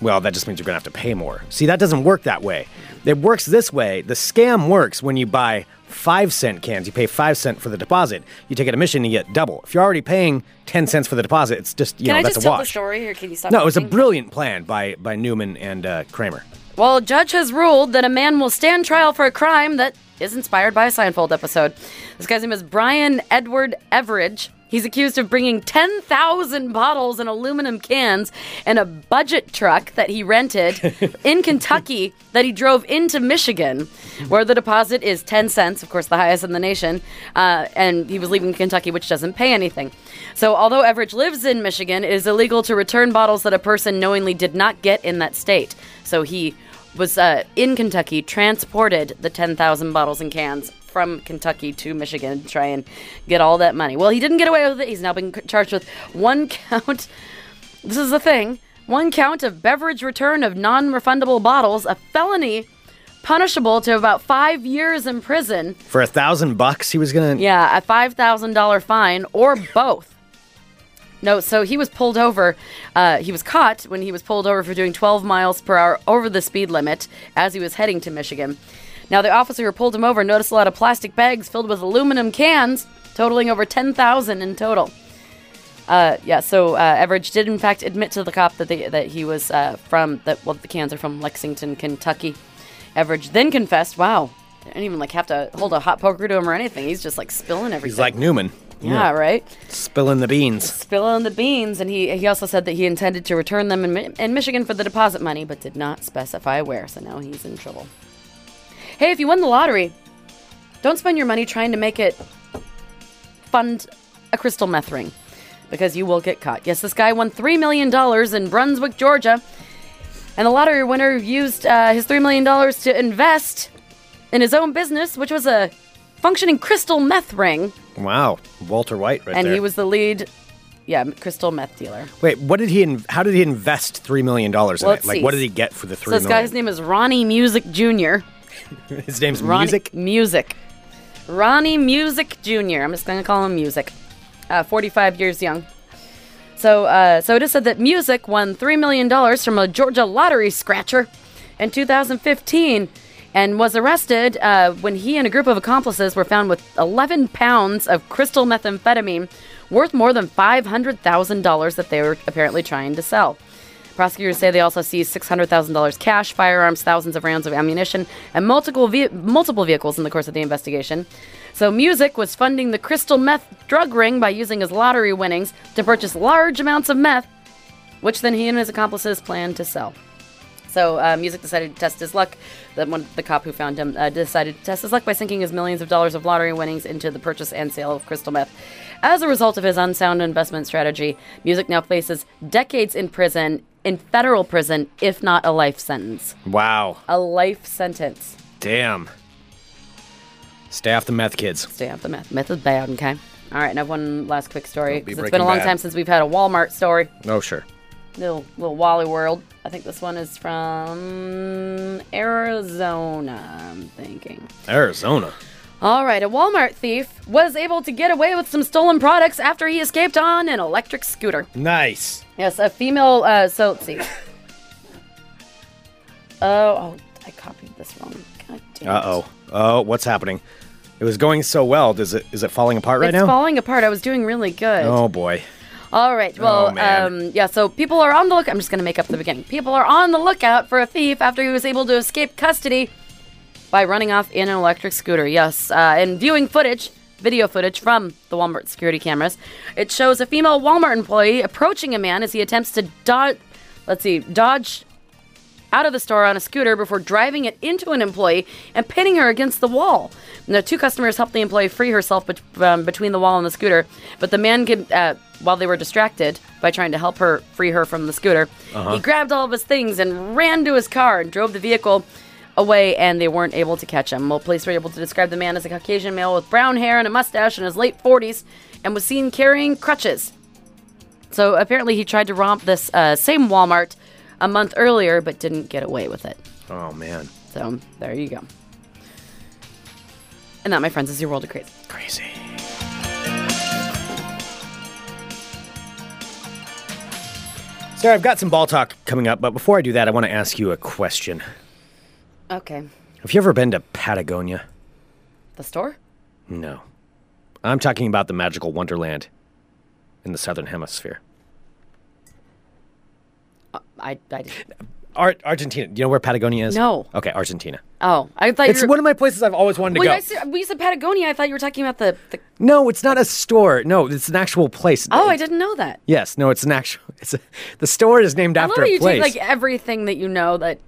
Speaker 6: well, that just means you're gonna have to pay more. See, that doesn't work that way. It works this way. The scam works when you buy five cent cans. You pay five cent for the deposit. You take it to Michigan, you get double. If you're already paying ten cents for the deposit, it's just you
Speaker 3: Can
Speaker 6: know
Speaker 3: I
Speaker 6: that's
Speaker 3: just
Speaker 6: a
Speaker 3: tell
Speaker 6: wash.
Speaker 3: the story or can you stop?
Speaker 6: No, it was a
Speaker 3: talking?
Speaker 6: brilliant plan by by Newman and uh, Kramer.
Speaker 3: Well, a judge has ruled that a man will stand trial for a crime that is inspired by a Seinfeld episode. This guy's name is Brian Edward Everidge. He's accused of bringing 10,000 bottles and aluminum cans in a budget truck that
Speaker 6: [LAUGHS]
Speaker 3: he rented in Kentucky that he drove into Michigan, where the deposit is 10 cents, of course, the highest in the nation. Uh, and he was leaving Kentucky, which doesn't pay anything. So, although Everidge lives in Michigan, it is illegal to return bottles that a person knowingly did not get in that state. So, he was uh, in Kentucky, transported the 10,000 bottles and cans from Kentucky to Michigan to try and get all that money. Well, he didn't get away with it. He's now been c- charged with one [LAUGHS] count. This is the thing one count of beverage return of non refundable bottles, a felony punishable to about five years in prison.
Speaker 6: For a thousand bucks, he was gonna.
Speaker 3: Yeah, a five thousand dollar fine or both. No, so he was pulled over. Uh, he was caught when he was pulled over for doing 12 miles per hour over the speed limit as he was heading to Michigan. Now, the officer who pulled him over noticed a lot of plastic bags filled with aluminum cans, totaling over 10,000 in total. Uh, yeah, so uh, Everidge did in fact admit to the cop that they, that he was uh, from that. Well, the cans are from Lexington, Kentucky. Everidge then confessed. Wow, I didn't even like have to hold a hot poker to him or anything. He's just like spilling everything.
Speaker 6: He's like Newman.
Speaker 3: yeah, right.
Speaker 6: Spilling the beans.
Speaker 3: Spilling the beans, and he he also said that he intended to return them in, Mi- in Michigan for the deposit money, but did not specify where. So now he's in trouble. Hey, if you won the lottery, don't spend your money trying to make it fund a crystal meth ring because you will get caught. Yes, this guy won $3 million in Brunswick, Georgia, and the lottery winner used uh, his $3 million to invest in his own business, which was a functioning crystal meth ring,
Speaker 6: Wow, Walter White, right
Speaker 3: and
Speaker 6: there.
Speaker 3: he was the lead. Yeah, crystal meth dealer.
Speaker 6: Wait, what did he? In, how did he invest three million dollars in
Speaker 3: Let's
Speaker 6: it? Like,
Speaker 3: see.
Speaker 6: what did he get for the three
Speaker 3: So this
Speaker 6: million?
Speaker 3: guy's name is Ronnie Music Jr.
Speaker 6: [LAUGHS] His name's
Speaker 3: Ronnie,
Speaker 6: Music.
Speaker 3: Music. Ronnie Music Jr. I'm just going to call him Music. Uh, 45 years young. So, uh, so it is said that Music won $3 million from a Georgia lottery scratcher in 2015 and was arrested uh, when he and a group of accomplices were found with 11 pounds of crystal methamphetamine worth more than $500,000 that they were apparently trying to sell. Prosecutors say they also seized six hundred thousand dollars cash, firearms, thousands of rounds of ammunition, and multiple ve- multiple vehicles in the course of the investigation. So, Music was funding the crystal meth drug ring by using his lottery winnings to purchase large amounts of meth, which then he and his accomplices planned to sell. So, uh, Music decided to test his luck. The, one, the cop who found him uh, decided to test his luck by sinking his millions of dollars of lottery winnings into the purchase and sale of crystal meth. As a result of his unsound investment strategy, Music now faces decades in prison, in federal prison, if not a life sentence.
Speaker 6: Wow,
Speaker 3: A life sentence.
Speaker 6: Damn. Stay off the meth, kids.
Speaker 3: Stay out the meth. Meth is bad, okay? All right, and I have one last quick story.
Speaker 6: Don't be
Speaker 3: 'cause it's been a
Speaker 6: Breaking
Speaker 3: long
Speaker 6: Bad.
Speaker 3: time since we've had a Walmart story.
Speaker 6: Oh, sure.
Speaker 3: Little, little Wally World. I think this one is from Arizona, I'm thinking.
Speaker 6: Arizona.
Speaker 3: All right, a Walmart thief was able to get away with some stolen products after he escaped on an electric scooter.
Speaker 6: Nice.
Speaker 3: Yes, a female. Uh, so let's see. Oh, oh, I copied this wrong. God damn. it.
Speaker 6: Uh oh. Oh, what's happening? It was going so well. Does it is it falling apart right
Speaker 3: it's
Speaker 6: now?
Speaker 3: falling apart. I was doing really good.
Speaker 6: oh boy.
Speaker 3: All right. Well,
Speaker 6: man.
Speaker 3: um, yeah. So people are on the look. I'm just going to make up the beginning. People are on the lookout for a thief after he was able to escape custody by running off in an electric scooter. Yes, uh, and viewing footage, video footage from the Walmart security cameras, it shows a female Walmart employee approaching a man as he attempts to dodge. Let's see, dodge out of the store on a scooter before driving it into an employee and pinning her against the wall. Now, two customers helped the employee free herself bet- um, between the wall and the scooter, but the man, could, uh, while they were distracted by trying to help her free her from the scooter, he grabbed all of his things and ran to his car and drove the vehicle away, and they weren't able to catch him. Well, police were able to describe the man as a Caucasian male with brown hair and a mustache in his late 40s and was seen carrying crutches. So apparently, he tried to romp this uh, same Walmart a month earlier, but didn't get away with it.
Speaker 6: Oh man.
Speaker 3: So there you go. And that, my friends, is your world of crazy.
Speaker 6: Crazy. Sarah, I've got some ball talk coming up, but before I do that, I want to ask you a question.
Speaker 3: Okay,
Speaker 6: Have you ever been to Patagonia?
Speaker 3: the store.
Speaker 6: No. I'm talking about the magical wonderland in the southern hemisphere.
Speaker 3: I, I did.
Speaker 6: Ar- Argentina. Do you know where Patagonia is?
Speaker 3: No.
Speaker 6: Okay, Argentina.
Speaker 3: Oh, I thought
Speaker 6: It's
Speaker 3: you were.
Speaker 6: one of my places I've always wanted to
Speaker 3: well,
Speaker 6: go.
Speaker 3: you guys, uh, said- when you said Patagonia, I thought you were talking about the. the
Speaker 6: No, it's not a store. No, it's an actual place.
Speaker 3: oh, I didn't know that.
Speaker 6: Yes, no, it's an actual. [LAUGHS] It's a, the store is named
Speaker 3: I love
Speaker 6: after
Speaker 3: that
Speaker 6: a
Speaker 3: you
Speaker 6: place.
Speaker 3: take like everything that you know that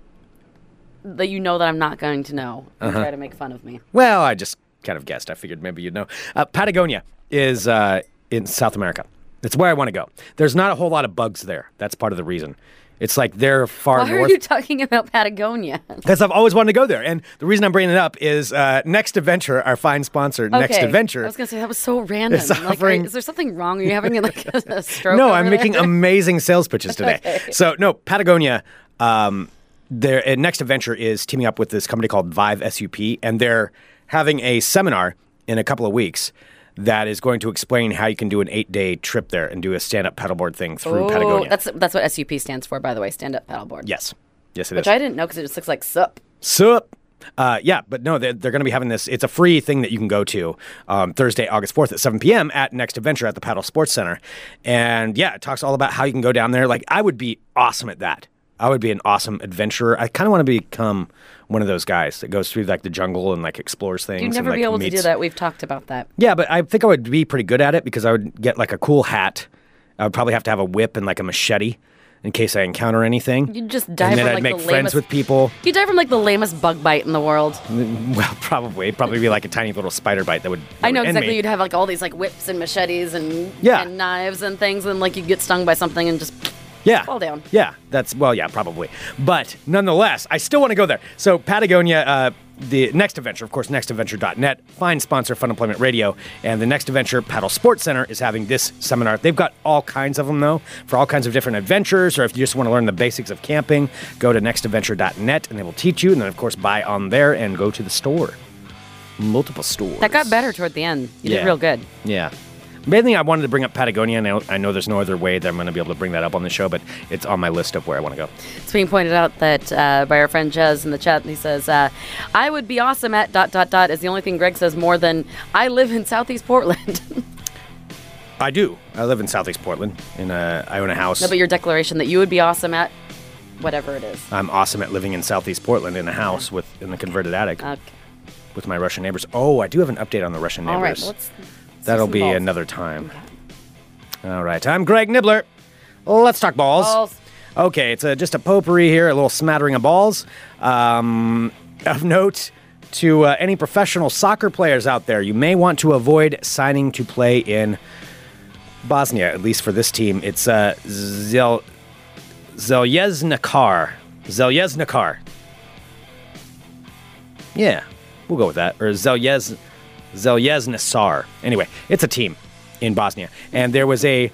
Speaker 3: that you know that I'm not going to know and
Speaker 6: Uh-huh.
Speaker 3: try to make fun of me.
Speaker 6: well, I just kind of guessed. I figured maybe you'd know. Uh, Patagonia is uh, in South America. It's where I want to go. There's not a whole lot of bugs there. That's part of the reason. It's like they're far
Speaker 3: Why are
Speaker 6: [LAUGHS] north.
Speaker 3: you talking about Patagonia?
Speaker 6: Because I've always wanted to go there. And the reason I'm bringing it up is uh, Next Adventure, our fine sponsor, Next
Speaker 3: Okay.
Speaker 6: Adventure.
Speaker 3: I was gonna say that was so random.
Speaker 6: It's
Speaker 3: I'm like,
Speaker 6: offering-
Speaker 3: I- is there something wrong? Are you having like [LAUGHS] a, a stroke?
Speaker 6: no,
Speaker 3: over
Speaker 6: I'm making
Speaker 3: there?
Speaker 6: amazing sales pitches
Speaker 3: [LAUGHS]
Speaker 6: today. So, no, Patagonia. Um, their uh, next adventure is teaming up with this company called Vive SUP, and they're having a seminar in a couple of weeks that is going to explain how you can do an eight-day trip there and do a stand-up paddleboard thing through
Speaker 3: Ooh,
Speaker 6: Patagonia.
Speaker 3: Oh, That's that's what SUP stands for, by the way. Stand up paddleboard.
Speaker 6: yes, yes, it is.
Speaker 3: Which I didn't know because it just looks like sup.
Speaker 6: Sup? Uh, yeah, but no, they're, they're going to be having this. It's a free thing that you can go to um, Thursday, August 4th at 7 p.m. at Next Adventure at the Paddle Sports Center. And yeah, it talks all about how you can go down there. Like, I would be awesome at that. I would be an awesome adventurer. I kind of want to become one of those guys that goes through like the jungle and like explores things.
Speaker 3: You'd
Speaker 6: and,
Speaker 3: never
Speaker 6: like,
Speaker 3: be able to
Speaker 6: meets-
Speaker 3: do that. We've talked about that.
Speaker 6: Yeah, but I think I would be pretty good at it because I would get like a cool hat. I would probably have to have a whip and like a machete in case I encounter anything.
Speaker 3: You just dive
Speaker 6: and then
Speaker 3: from
Speaker 6: I'd
Speaker 3: like
Speaker 6: make
Speaker 3: the
Speaker 6: friends
Speaker 3: lamest.
Speaker 6: with people.
Speaker 3: you dive from like the lamest bug bite in the world.
Speaker 6: [LAUGHS] Well, probably. It'd probably be like a tiny little spider bite that would. that
Speaker 3: I know
Speaker 6: would end
Speaker 3: exactly.
Speaker 6: me.
Speaker 3: You'd have like all these like whips and machetes and
Speaker 6: Yeah.
Speaker 3: and knives and things, and like you would get stung by something and just
Speaker 6: yeah.
Speaker 3: fall down.
Speaker 6: Yeah, that's well, yeah, probably. But nonetheless, I still want to go there. So Patagonia, uh, the next adventure, of course, nextadventure.net, fine sponsor, Fun Employment Radio, and the Next Adventure Paddle Sports Center is having this seminar. They've got all kinds of them though, for all kinds of different adventures, or if you just want to learn the basics of camping, go to nextadventure.net and they will teach you, and then of course buy on there and go to the store. Multiple stores.
Speaker 3: that got better toward the end. You
Speaker 6: Yeah.
Speaker 3: did real good.
Speaker 6: Yeah. Mainly, I wanted to bring up Patagonia, and I, I know there's no other way that I'm going to be able to bring that up on the show, but it's on my list of where I want to go.
Speaker 3: It's being pointed out that uh, by our friend Jez in the chat, and he says, uh, "I would be awesome at dot dot dot." Is the only thing Greg says more than "I live in Southeast Portland." [LAUGHS]
Speaker 6: I do. I live in Southeast Portland, and uh, I own a house.
Speaker 3: no, but your declaration that you would be awesome at whatever it is.
Speaker 6: I'm awesome at living in Southeast Portland in a house with in a converted attic
Speaker 3: Okay.
Speaker 6: with my Russian neighbors. Oh, I do have an update on the Russian
Speaker 3: All right.
Speaker 6: neighbors.
Speaker 3: Well, let's,
Speaker 6: That'll be
Speaker 3: balls.
Speaker 6: another time. All right. I'm Greg Nibbler. Let's talk balls.
Speaker 3: Balls.
Speaker 6: Okay, it's a, just a potpourri here, a little smattering of balls. Um, of note to uh, any professional soccer players out there, you may want to avoid signing to play in Bosnia, at least for this team. It's uh, Zel- Zeleznikar. Zeleznikar. Yeah, we'll go with that. Or Zelyez, Zelyeznisar. Anyway, it's a team in Bosnia, and there was a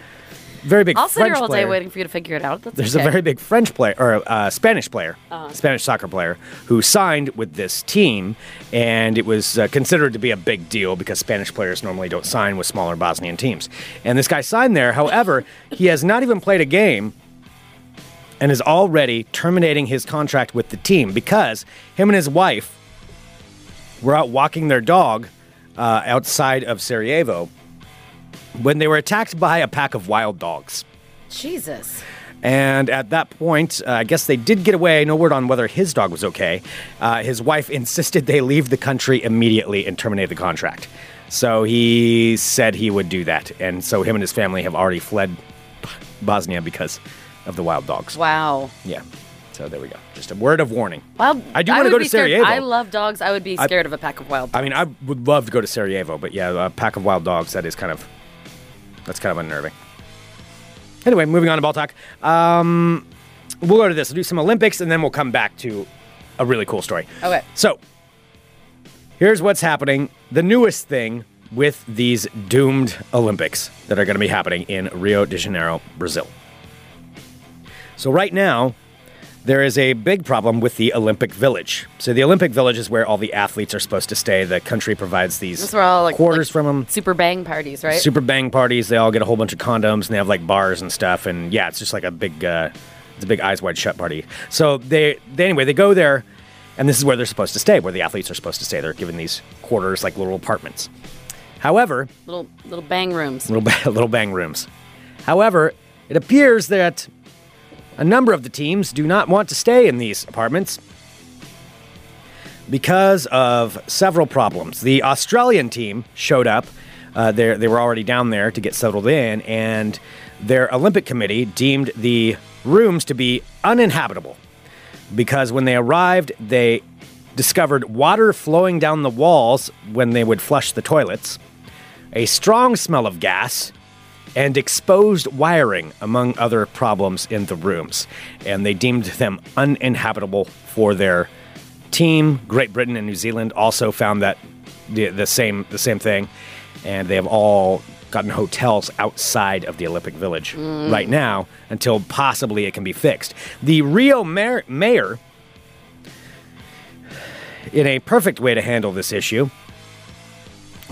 Speaker 6: very big
Speaker 3: I'll sit
Speaker 6: French
Speaker 3: here all day
Speaker 6: player.
Speaker 3: waiting for you to figure it out.
Speaker 6: [LAUGHS]
Speaker 3: That's
Speaker 6: There's
Speaker 3: okay.
Speaker 6: a very big French player or uh, Spanish player, Spanish soccer player, who signed with this team, and it was uh, considered to be a big deal because Spanish players normally don't sign with smaller Bosnian teams. And this guy signed there. However, he has not even played a game and is already terminating his contract with the team because him and his wife were out walking their dog uh, outside of Sarajevo when they were attacked by a pack of wild dogs.
Speaker 3: Jesus.
Speaker 6: And at that point, uh, I guess they did get away. No word on whether his dog was okay. Uh, his wife insisted they leave the country immediately and terminate the contract. So he said he would do that. And so him and his family have already fled Bosnia because of the wild dogs.
Speaker 3: Wow.
Speaker 6: Yeah. So there we go. Just a word of warning.
Speaker 3: Well,
Speaker 6: I do want to
Speaker 3: would
Speaker 6: go
Speaker 3: be
Speaker 6: to
Speaker 3: scared-
Speaker 6: Sarajevo.
Speaker 3: I love dogs. I would be
Speaker 6: I-
Speaker 3: scared of a pack of wild.
Speaker 6: I mean, I would love to go to Sarajevo, but yeah, a pack of wild dogs, that is kind of, that's kind of unnerving. Anyway, moving on to ball talk. Um, we'll go to this, we'll do some Olympics, and then we'll come back to a really cool story.
Speaker 3: Okay.
Speaker 6: So, here's what's happening. The newest thing with these doomed Olympics that are going to be happening in Rio de Janeiro, Brazil. So, right now, there is a big problem with the Olympic Village. So the Olympic Village is where all the athletes are supposed to stay. The country provides these
Speaker 3: That's where all like
Speaker 6: quarters
Speaker 3: like
Speaker 6: from them.
Speaker 3: Super bang parties, right?
Speaker 6: Super bang parties. They all get a whole bunch of condoms and they have like bars and stuff. And yeah, it's just like a big, uh, it's a big eyes wide shut party. So they, they anyway, they go there, and this is where they're supposed to stay, where the athletes are supposed to stay. They're given these quarters, like little apartments. However,
Speaker 3: little little bang
Speaker 6: [LAUGHS]
Speaker 3: rooms.
Speaker 6: little ba- little bang rooms. However, it appears that a number of the teams do not want to stay in these apartments because of several problems. The Australian team showed up. Uh, they they were already down there to get settled in, and their Olympic committee deemed the rooms to be uninhabitable because when they arrived, they discovered water flowing down the walls when they would flush the toilets a strong smell of gas, and exposed wiring, among other problems in the rooms. And they deemed them uninhabitable for their team. Great Britain and New Zealand also found that the, the same the same thing, and they have all gotten hotels outside of the Olympic Village right now until possibly it can be fixed. The Rio mayor, mayor in a perfect way to handle this issue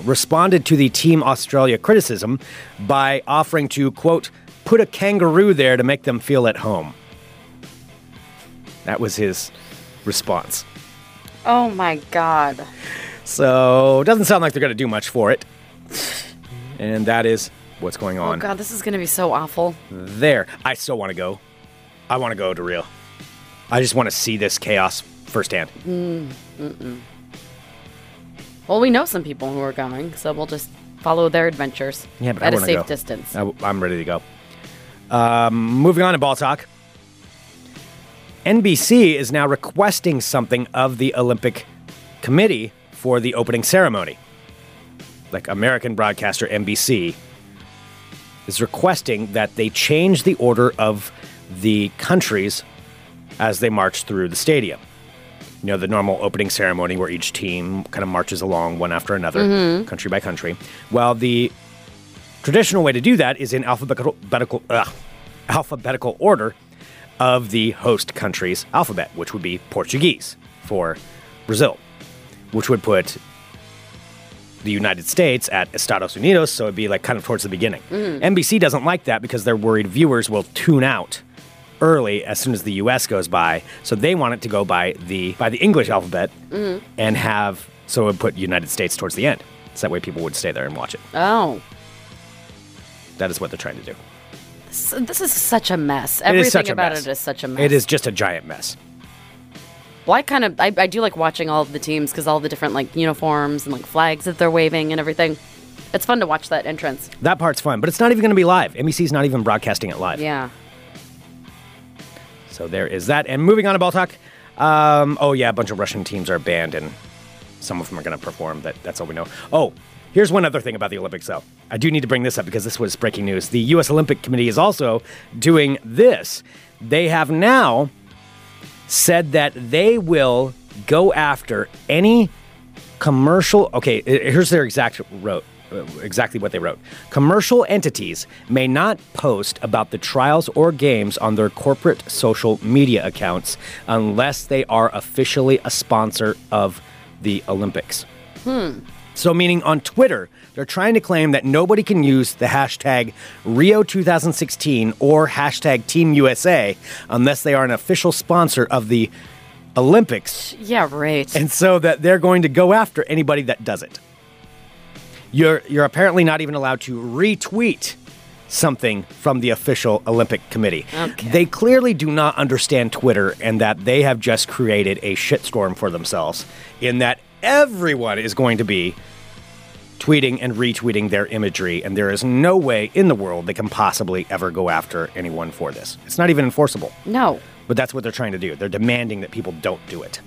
Speaker 6: responded to the Team Australia criticism by offering to, quote, put a kangaroo there to make them feel at home. That was his response.
Speaker 3: Oh my god.
Speaker 6: So, doesn't sound like they're going to do much for it. And that is what's going
Speaker 3: Oh
Speaker 6: on
Speaker 3: god, this is gonna be so awful.
Speaker 6: there. I still want to go. I want to go to Rio. I just want to see this chaos firsthand.
Speaker 3: Well, we know some people who are going, so we'll just follow their adventures
Speaker 6: Yeah, but I
Speaker 3: at a
Speaker 6: wanna
Speaker 3: safe
Speaker 6: go.
Speaker 3: distance.
Speaker 6: I, am ready to go. Um, moving on to ball talk. NBC is now requesting something of the Olympic Committee for the opening ceremony. Like American broadcaster NBC is requesting that they change the order of the countries as they march through the stadium. You know, the normal opening ceremony where each team kind of marches along one after another, country by country. Well, the traditional way to do that is in alphabetical, alphabetical, ugh, alphabetical order of the host country's alphabet, which would be Portuguese for Brazil, which would put the United States at Estados Unidos, so it'd be like kind of towards the beginning. NBC doesn't like that because they're worried viewers will tune out early as soon as the US goes by, so they want it to go by the by the English alphabet and have so it would put United States towards the end. So that way people would stay there and watch it.
Speaker 3: oh.
Speaker 6: That is what they're trying to do.
Speaker 3: So this is such a mess. Everything
Speaker 6: it is such a
Speaker 3: about
Speaker 6: mess.
Speaker 3: it is such a mess.
Speaker 6: It is just a giant mess.
Speaker 3: Well, I kind of I, I do like watching all of the teams because all the different like uniforms and like flags that they're waving and everything. It's fun to watch that entrance.
Speaker 6: That part's fun, but it's not even going to be live. NBC's not even broadcasting it live.
Speaker 3: Yeah.
Speaker 6: So there is that. And moving on to ball talk. Um, oh yeah, a bunch of Russian teams are banned, and some of them are going to perform. That that's all we know. Oh, here's one other thing about the Olympics, though. I do need to bring this up because this was breaking news. The U.S. Olympic Committee is also doing this. They have now said that they will go after any commercial okay i- here's their exact wrote uh, exactly what they wrote commercial entities may not post about the trials or games on their corporate social media accounts unless they are officially a sponsor of the olympics so, meaning on Twitter, they're trying to claim that nobody can use the hashtag Rio 2016 or hashtag Team USA unless they are an official sponsor of the Olympics,
Speaker 3: Yeah, right.
Speaker 6: [LAUGHS] and so that they're going to go after anybody that does it. You're, you're apparently not even allowed to retweet something from the official Olympic committee.
Speaker 3: Okay.
Speaker 6: They clearly do not understand Twitter and that they have just created a shitstorm for themselves, in that everyone is going to be tweeting and retweeting their imagery, and there is no way in the world they can possibly ever go after anyone for this. It's not even enforceable.
Speaker 3: no.
Speaker 6: But that's what they're trying to do. They're demanding that people don't do it.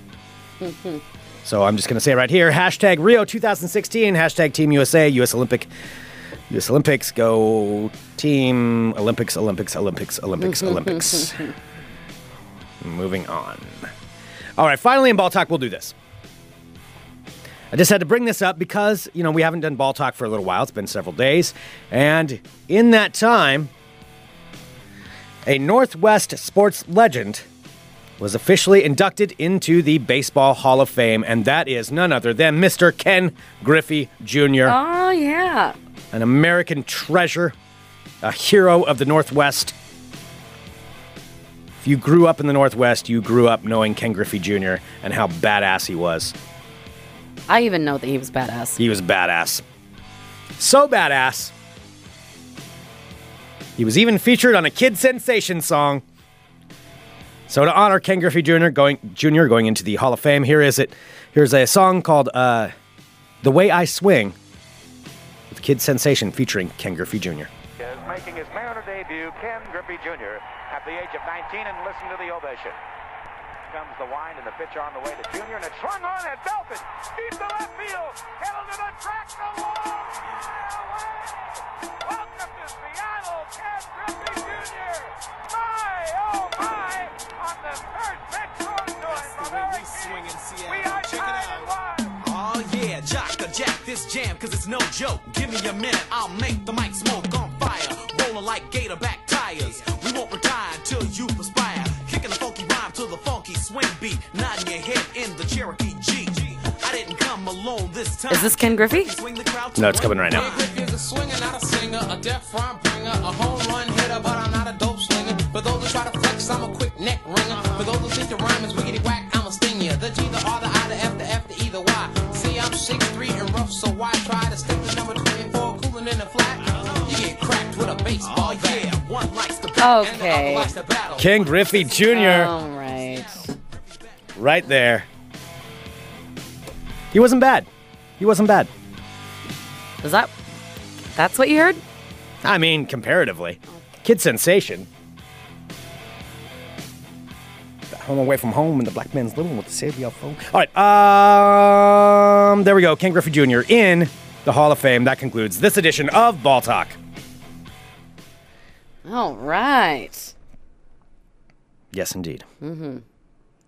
Speaker 6: so I'm just going to say right here hashtag Rio 2016, hashtag Team USA, US Olympic. US Olympics, go team Olympics, Olympics, Olympics, Olympics, Olympics. Moving on. All right, finally in Ball Talk, we'll do this. I just had to bring this up because, you know, we haven't done Ball Talk for a little while. It's been several days. And in that time, a Northwest sports legend was officially inducted into the Baseball Hall of Fame, and that is none other than Mr. Ken Griffey Jr.,
Speaker 3: Oh yeah.
Speaker 6: an American treasure, a hero of the Northwest. If you grew up in the Northwest, you grew up knowing Ken Griffey Jr. and how badass he was.
Speaker 3: I even know that he was badass.
Speaker 6: He was badass. So badass. He was even featured on a Kid Sensation song. So to honor Ken Griffey Jr. going Jr. going into the Hall of Fame, here is it. Here's a song called uh, "The Way I Swing" with Kid Sensation featuring Ken Griffey Jr.
Speaker 7: is making his Mariner debut, Ken Griffey Jr., at the age of 19, and listen to the ovation. Comes the wind and the pitch on the way to Jr., and it's swung on and belted deep to left field, held to the track, the long way. Welcome to Seattle, Ken Griffey Jr. My, oh my, on the third pitch on to it
Speaker 8: That's
Speaker 7: from
Speaker 8: the way we
Speaker 7: Eric
Speaker 8: swing in Seattle.
Speaker 7: Keene. We are
Speaker 8: Check it
Speaker 7: tied
Speaker 8: out.
Speaker 7: and one.
Speaker 8: Oh yeah, jock a jack this jam, cause it's no joke. Give me a minute, I'll make the mic smoke on fire. Rolling like gator back tires. We won't retire till you perspire. Kicking the funky rhyme to the funky swing beat. Nodding your head in the Cherokee G. I didn't come alone this time.
Speaker 3: Is this Ken Griffey?
Speaker 8: Swing the crowd to
Speaker 6: No, it's
Speaker 8: one
Speaker 6: coming right now.
Speaker 8: mind.
Speaker 9: Griff is a swinger, not a singer, a deaf rhyme bringer, a home run hitter, but I'm not a dope slinger. For those who try to flex, I'm a quick neck ringer. For those who think the rhyme is wiggity whack, I'm a stinger. The G, the R, the I, the F, the F, the E, the Y. See, I'm 6'3 and rough, so why try to stick to number 24, cooling in the flat? You get cracked with a baseball,
Speaker 8: Yeah,
Speaker 9: yeah.
Speaker 8: one likes the bat and the other
Speaker 3: Okay.
Speaker 8: likes the battle.
Speaker 6: Ken Griffey Jr.
Speaker 3: All right.
Speaker 6: right there. He wasn't bad. He wasn't bad.
Speaker 3: Is that? That's what you heard?
Speaker 6: I mean, comparatively. Kid Sensation. Home away from home, and the black man's living with the savior phone. All right, um, there we go. Ken Griffey Jr. in the Hall of Fame. That concludes this edition of Ball Talk.
Speaker 3: All right.
Speaker 6: Yes, indeed.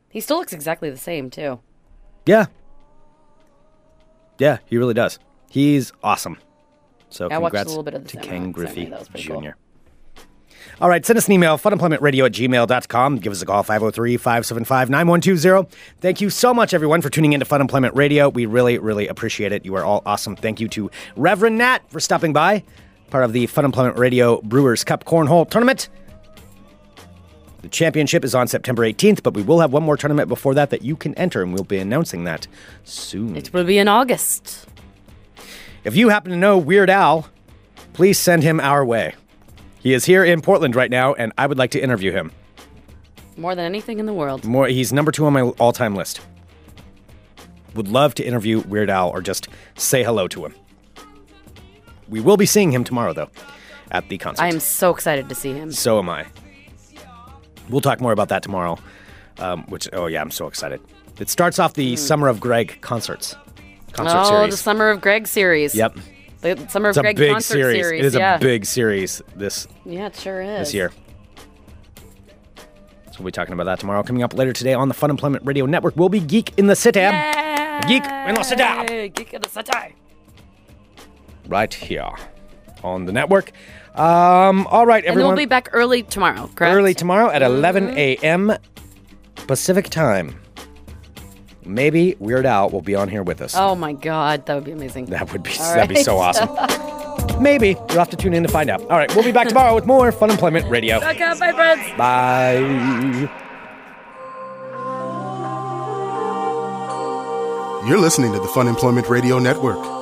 Speaker 3: He still looks exactly the same too.
Speaker 6: Yeah, yeah, he really does. He's awesome. So
Speaker 3: Yeah, I watched a
Speaker 6: congrats
Speaker 3: little bit of the
Speaker 6: to
Speaker 3: semi-
Speaker 6: Ken
Speaker 3: semi.
Speaker 6: Griffey
Speaker 3: That was pretty
Speaker 6: Jr.
Speaker 3: cool.
Speaker 6: All right, send us an email, funemploymentradio at gmail.com. Give us a call, 503 575 9120. Thank you so much, everyone, for tuning in to Fun Employment Radio. We really, really appreciate it. You are all awesome. Thank you to Reverend Nat for stopping by, part of the Fun Employment Radio Brewers Cup Cornhole Tournament. The championship is on September 18th, but we will have one more tournament before that that you can enter, and we'll be announcing that soon.
Speaker 3: It will be in August.
Speaker 6: If you happen to know Weird Al, please send him our way. He is here in Portland right now, and I would like to interview him.
Speaker 3: More than anything in the world.
Speaker 6: More, he's number two on my all-time list. Would love to interview Weird Al or just say hello to him. We will be seeing him tomorrow, though, at the concert.
Speaker 3: I am so excited to see him.
Speaker 6: So am I. We'll talk more about that tomorrow. Um, which, oh yeah, I'm so excited. It starts off the Summer of Greg concerts. Concert
Speaker 3: Hmm. oh,
Speaker 6: series.
Speaker 3: the Summer of Greg series.
Speaker 6: yep,
Speaker 3: The Summer of
Speaker 6: it's a
Speaker 3: Greg
Speaker 6: big
Speaker 3: concert
Speaker 6: series.
Speaker 3: series.
Speaker 6: It is
Speaker 3: yeah.
Speaker 6: a big series this
Speaker 3: Yeah, it sure is.
Speaker 6: this year. So we'll be talking about that tomorrow. Coming up later today on the Fun Employment Radio Network, we'll be Geek in the Sitab. Geek in the Sitab.
Speaker 3: Yay, Geek in the Sitab.
Speaker 6: Right here on the network. Um, all right,
Speaker 3: And then
Speaker 6: everyone.
Speaker 3: we'll be back Mm-hmm. early tomorrow, correct?
Speaker 6: early tomorrow at 11 a.m. Pacific time. Maybe Weird Al will be on here with us.
Speaker 3: Oh my God, that would be amazing.
Speaker 6: That would be
Speaker 3: All
Speaker 6: that'd be so awesome.
Speaker 3: [LAUGHS]
Speaker 6: Maybe you'll have to tune in to find out. All right, we'll be back tomorrow with more Fun Employment Radio.
Speaker 3: Back up, my friends.
Speaker 6: Bye.
Speaker 1: You're listening to the Fun Employment Radio Network.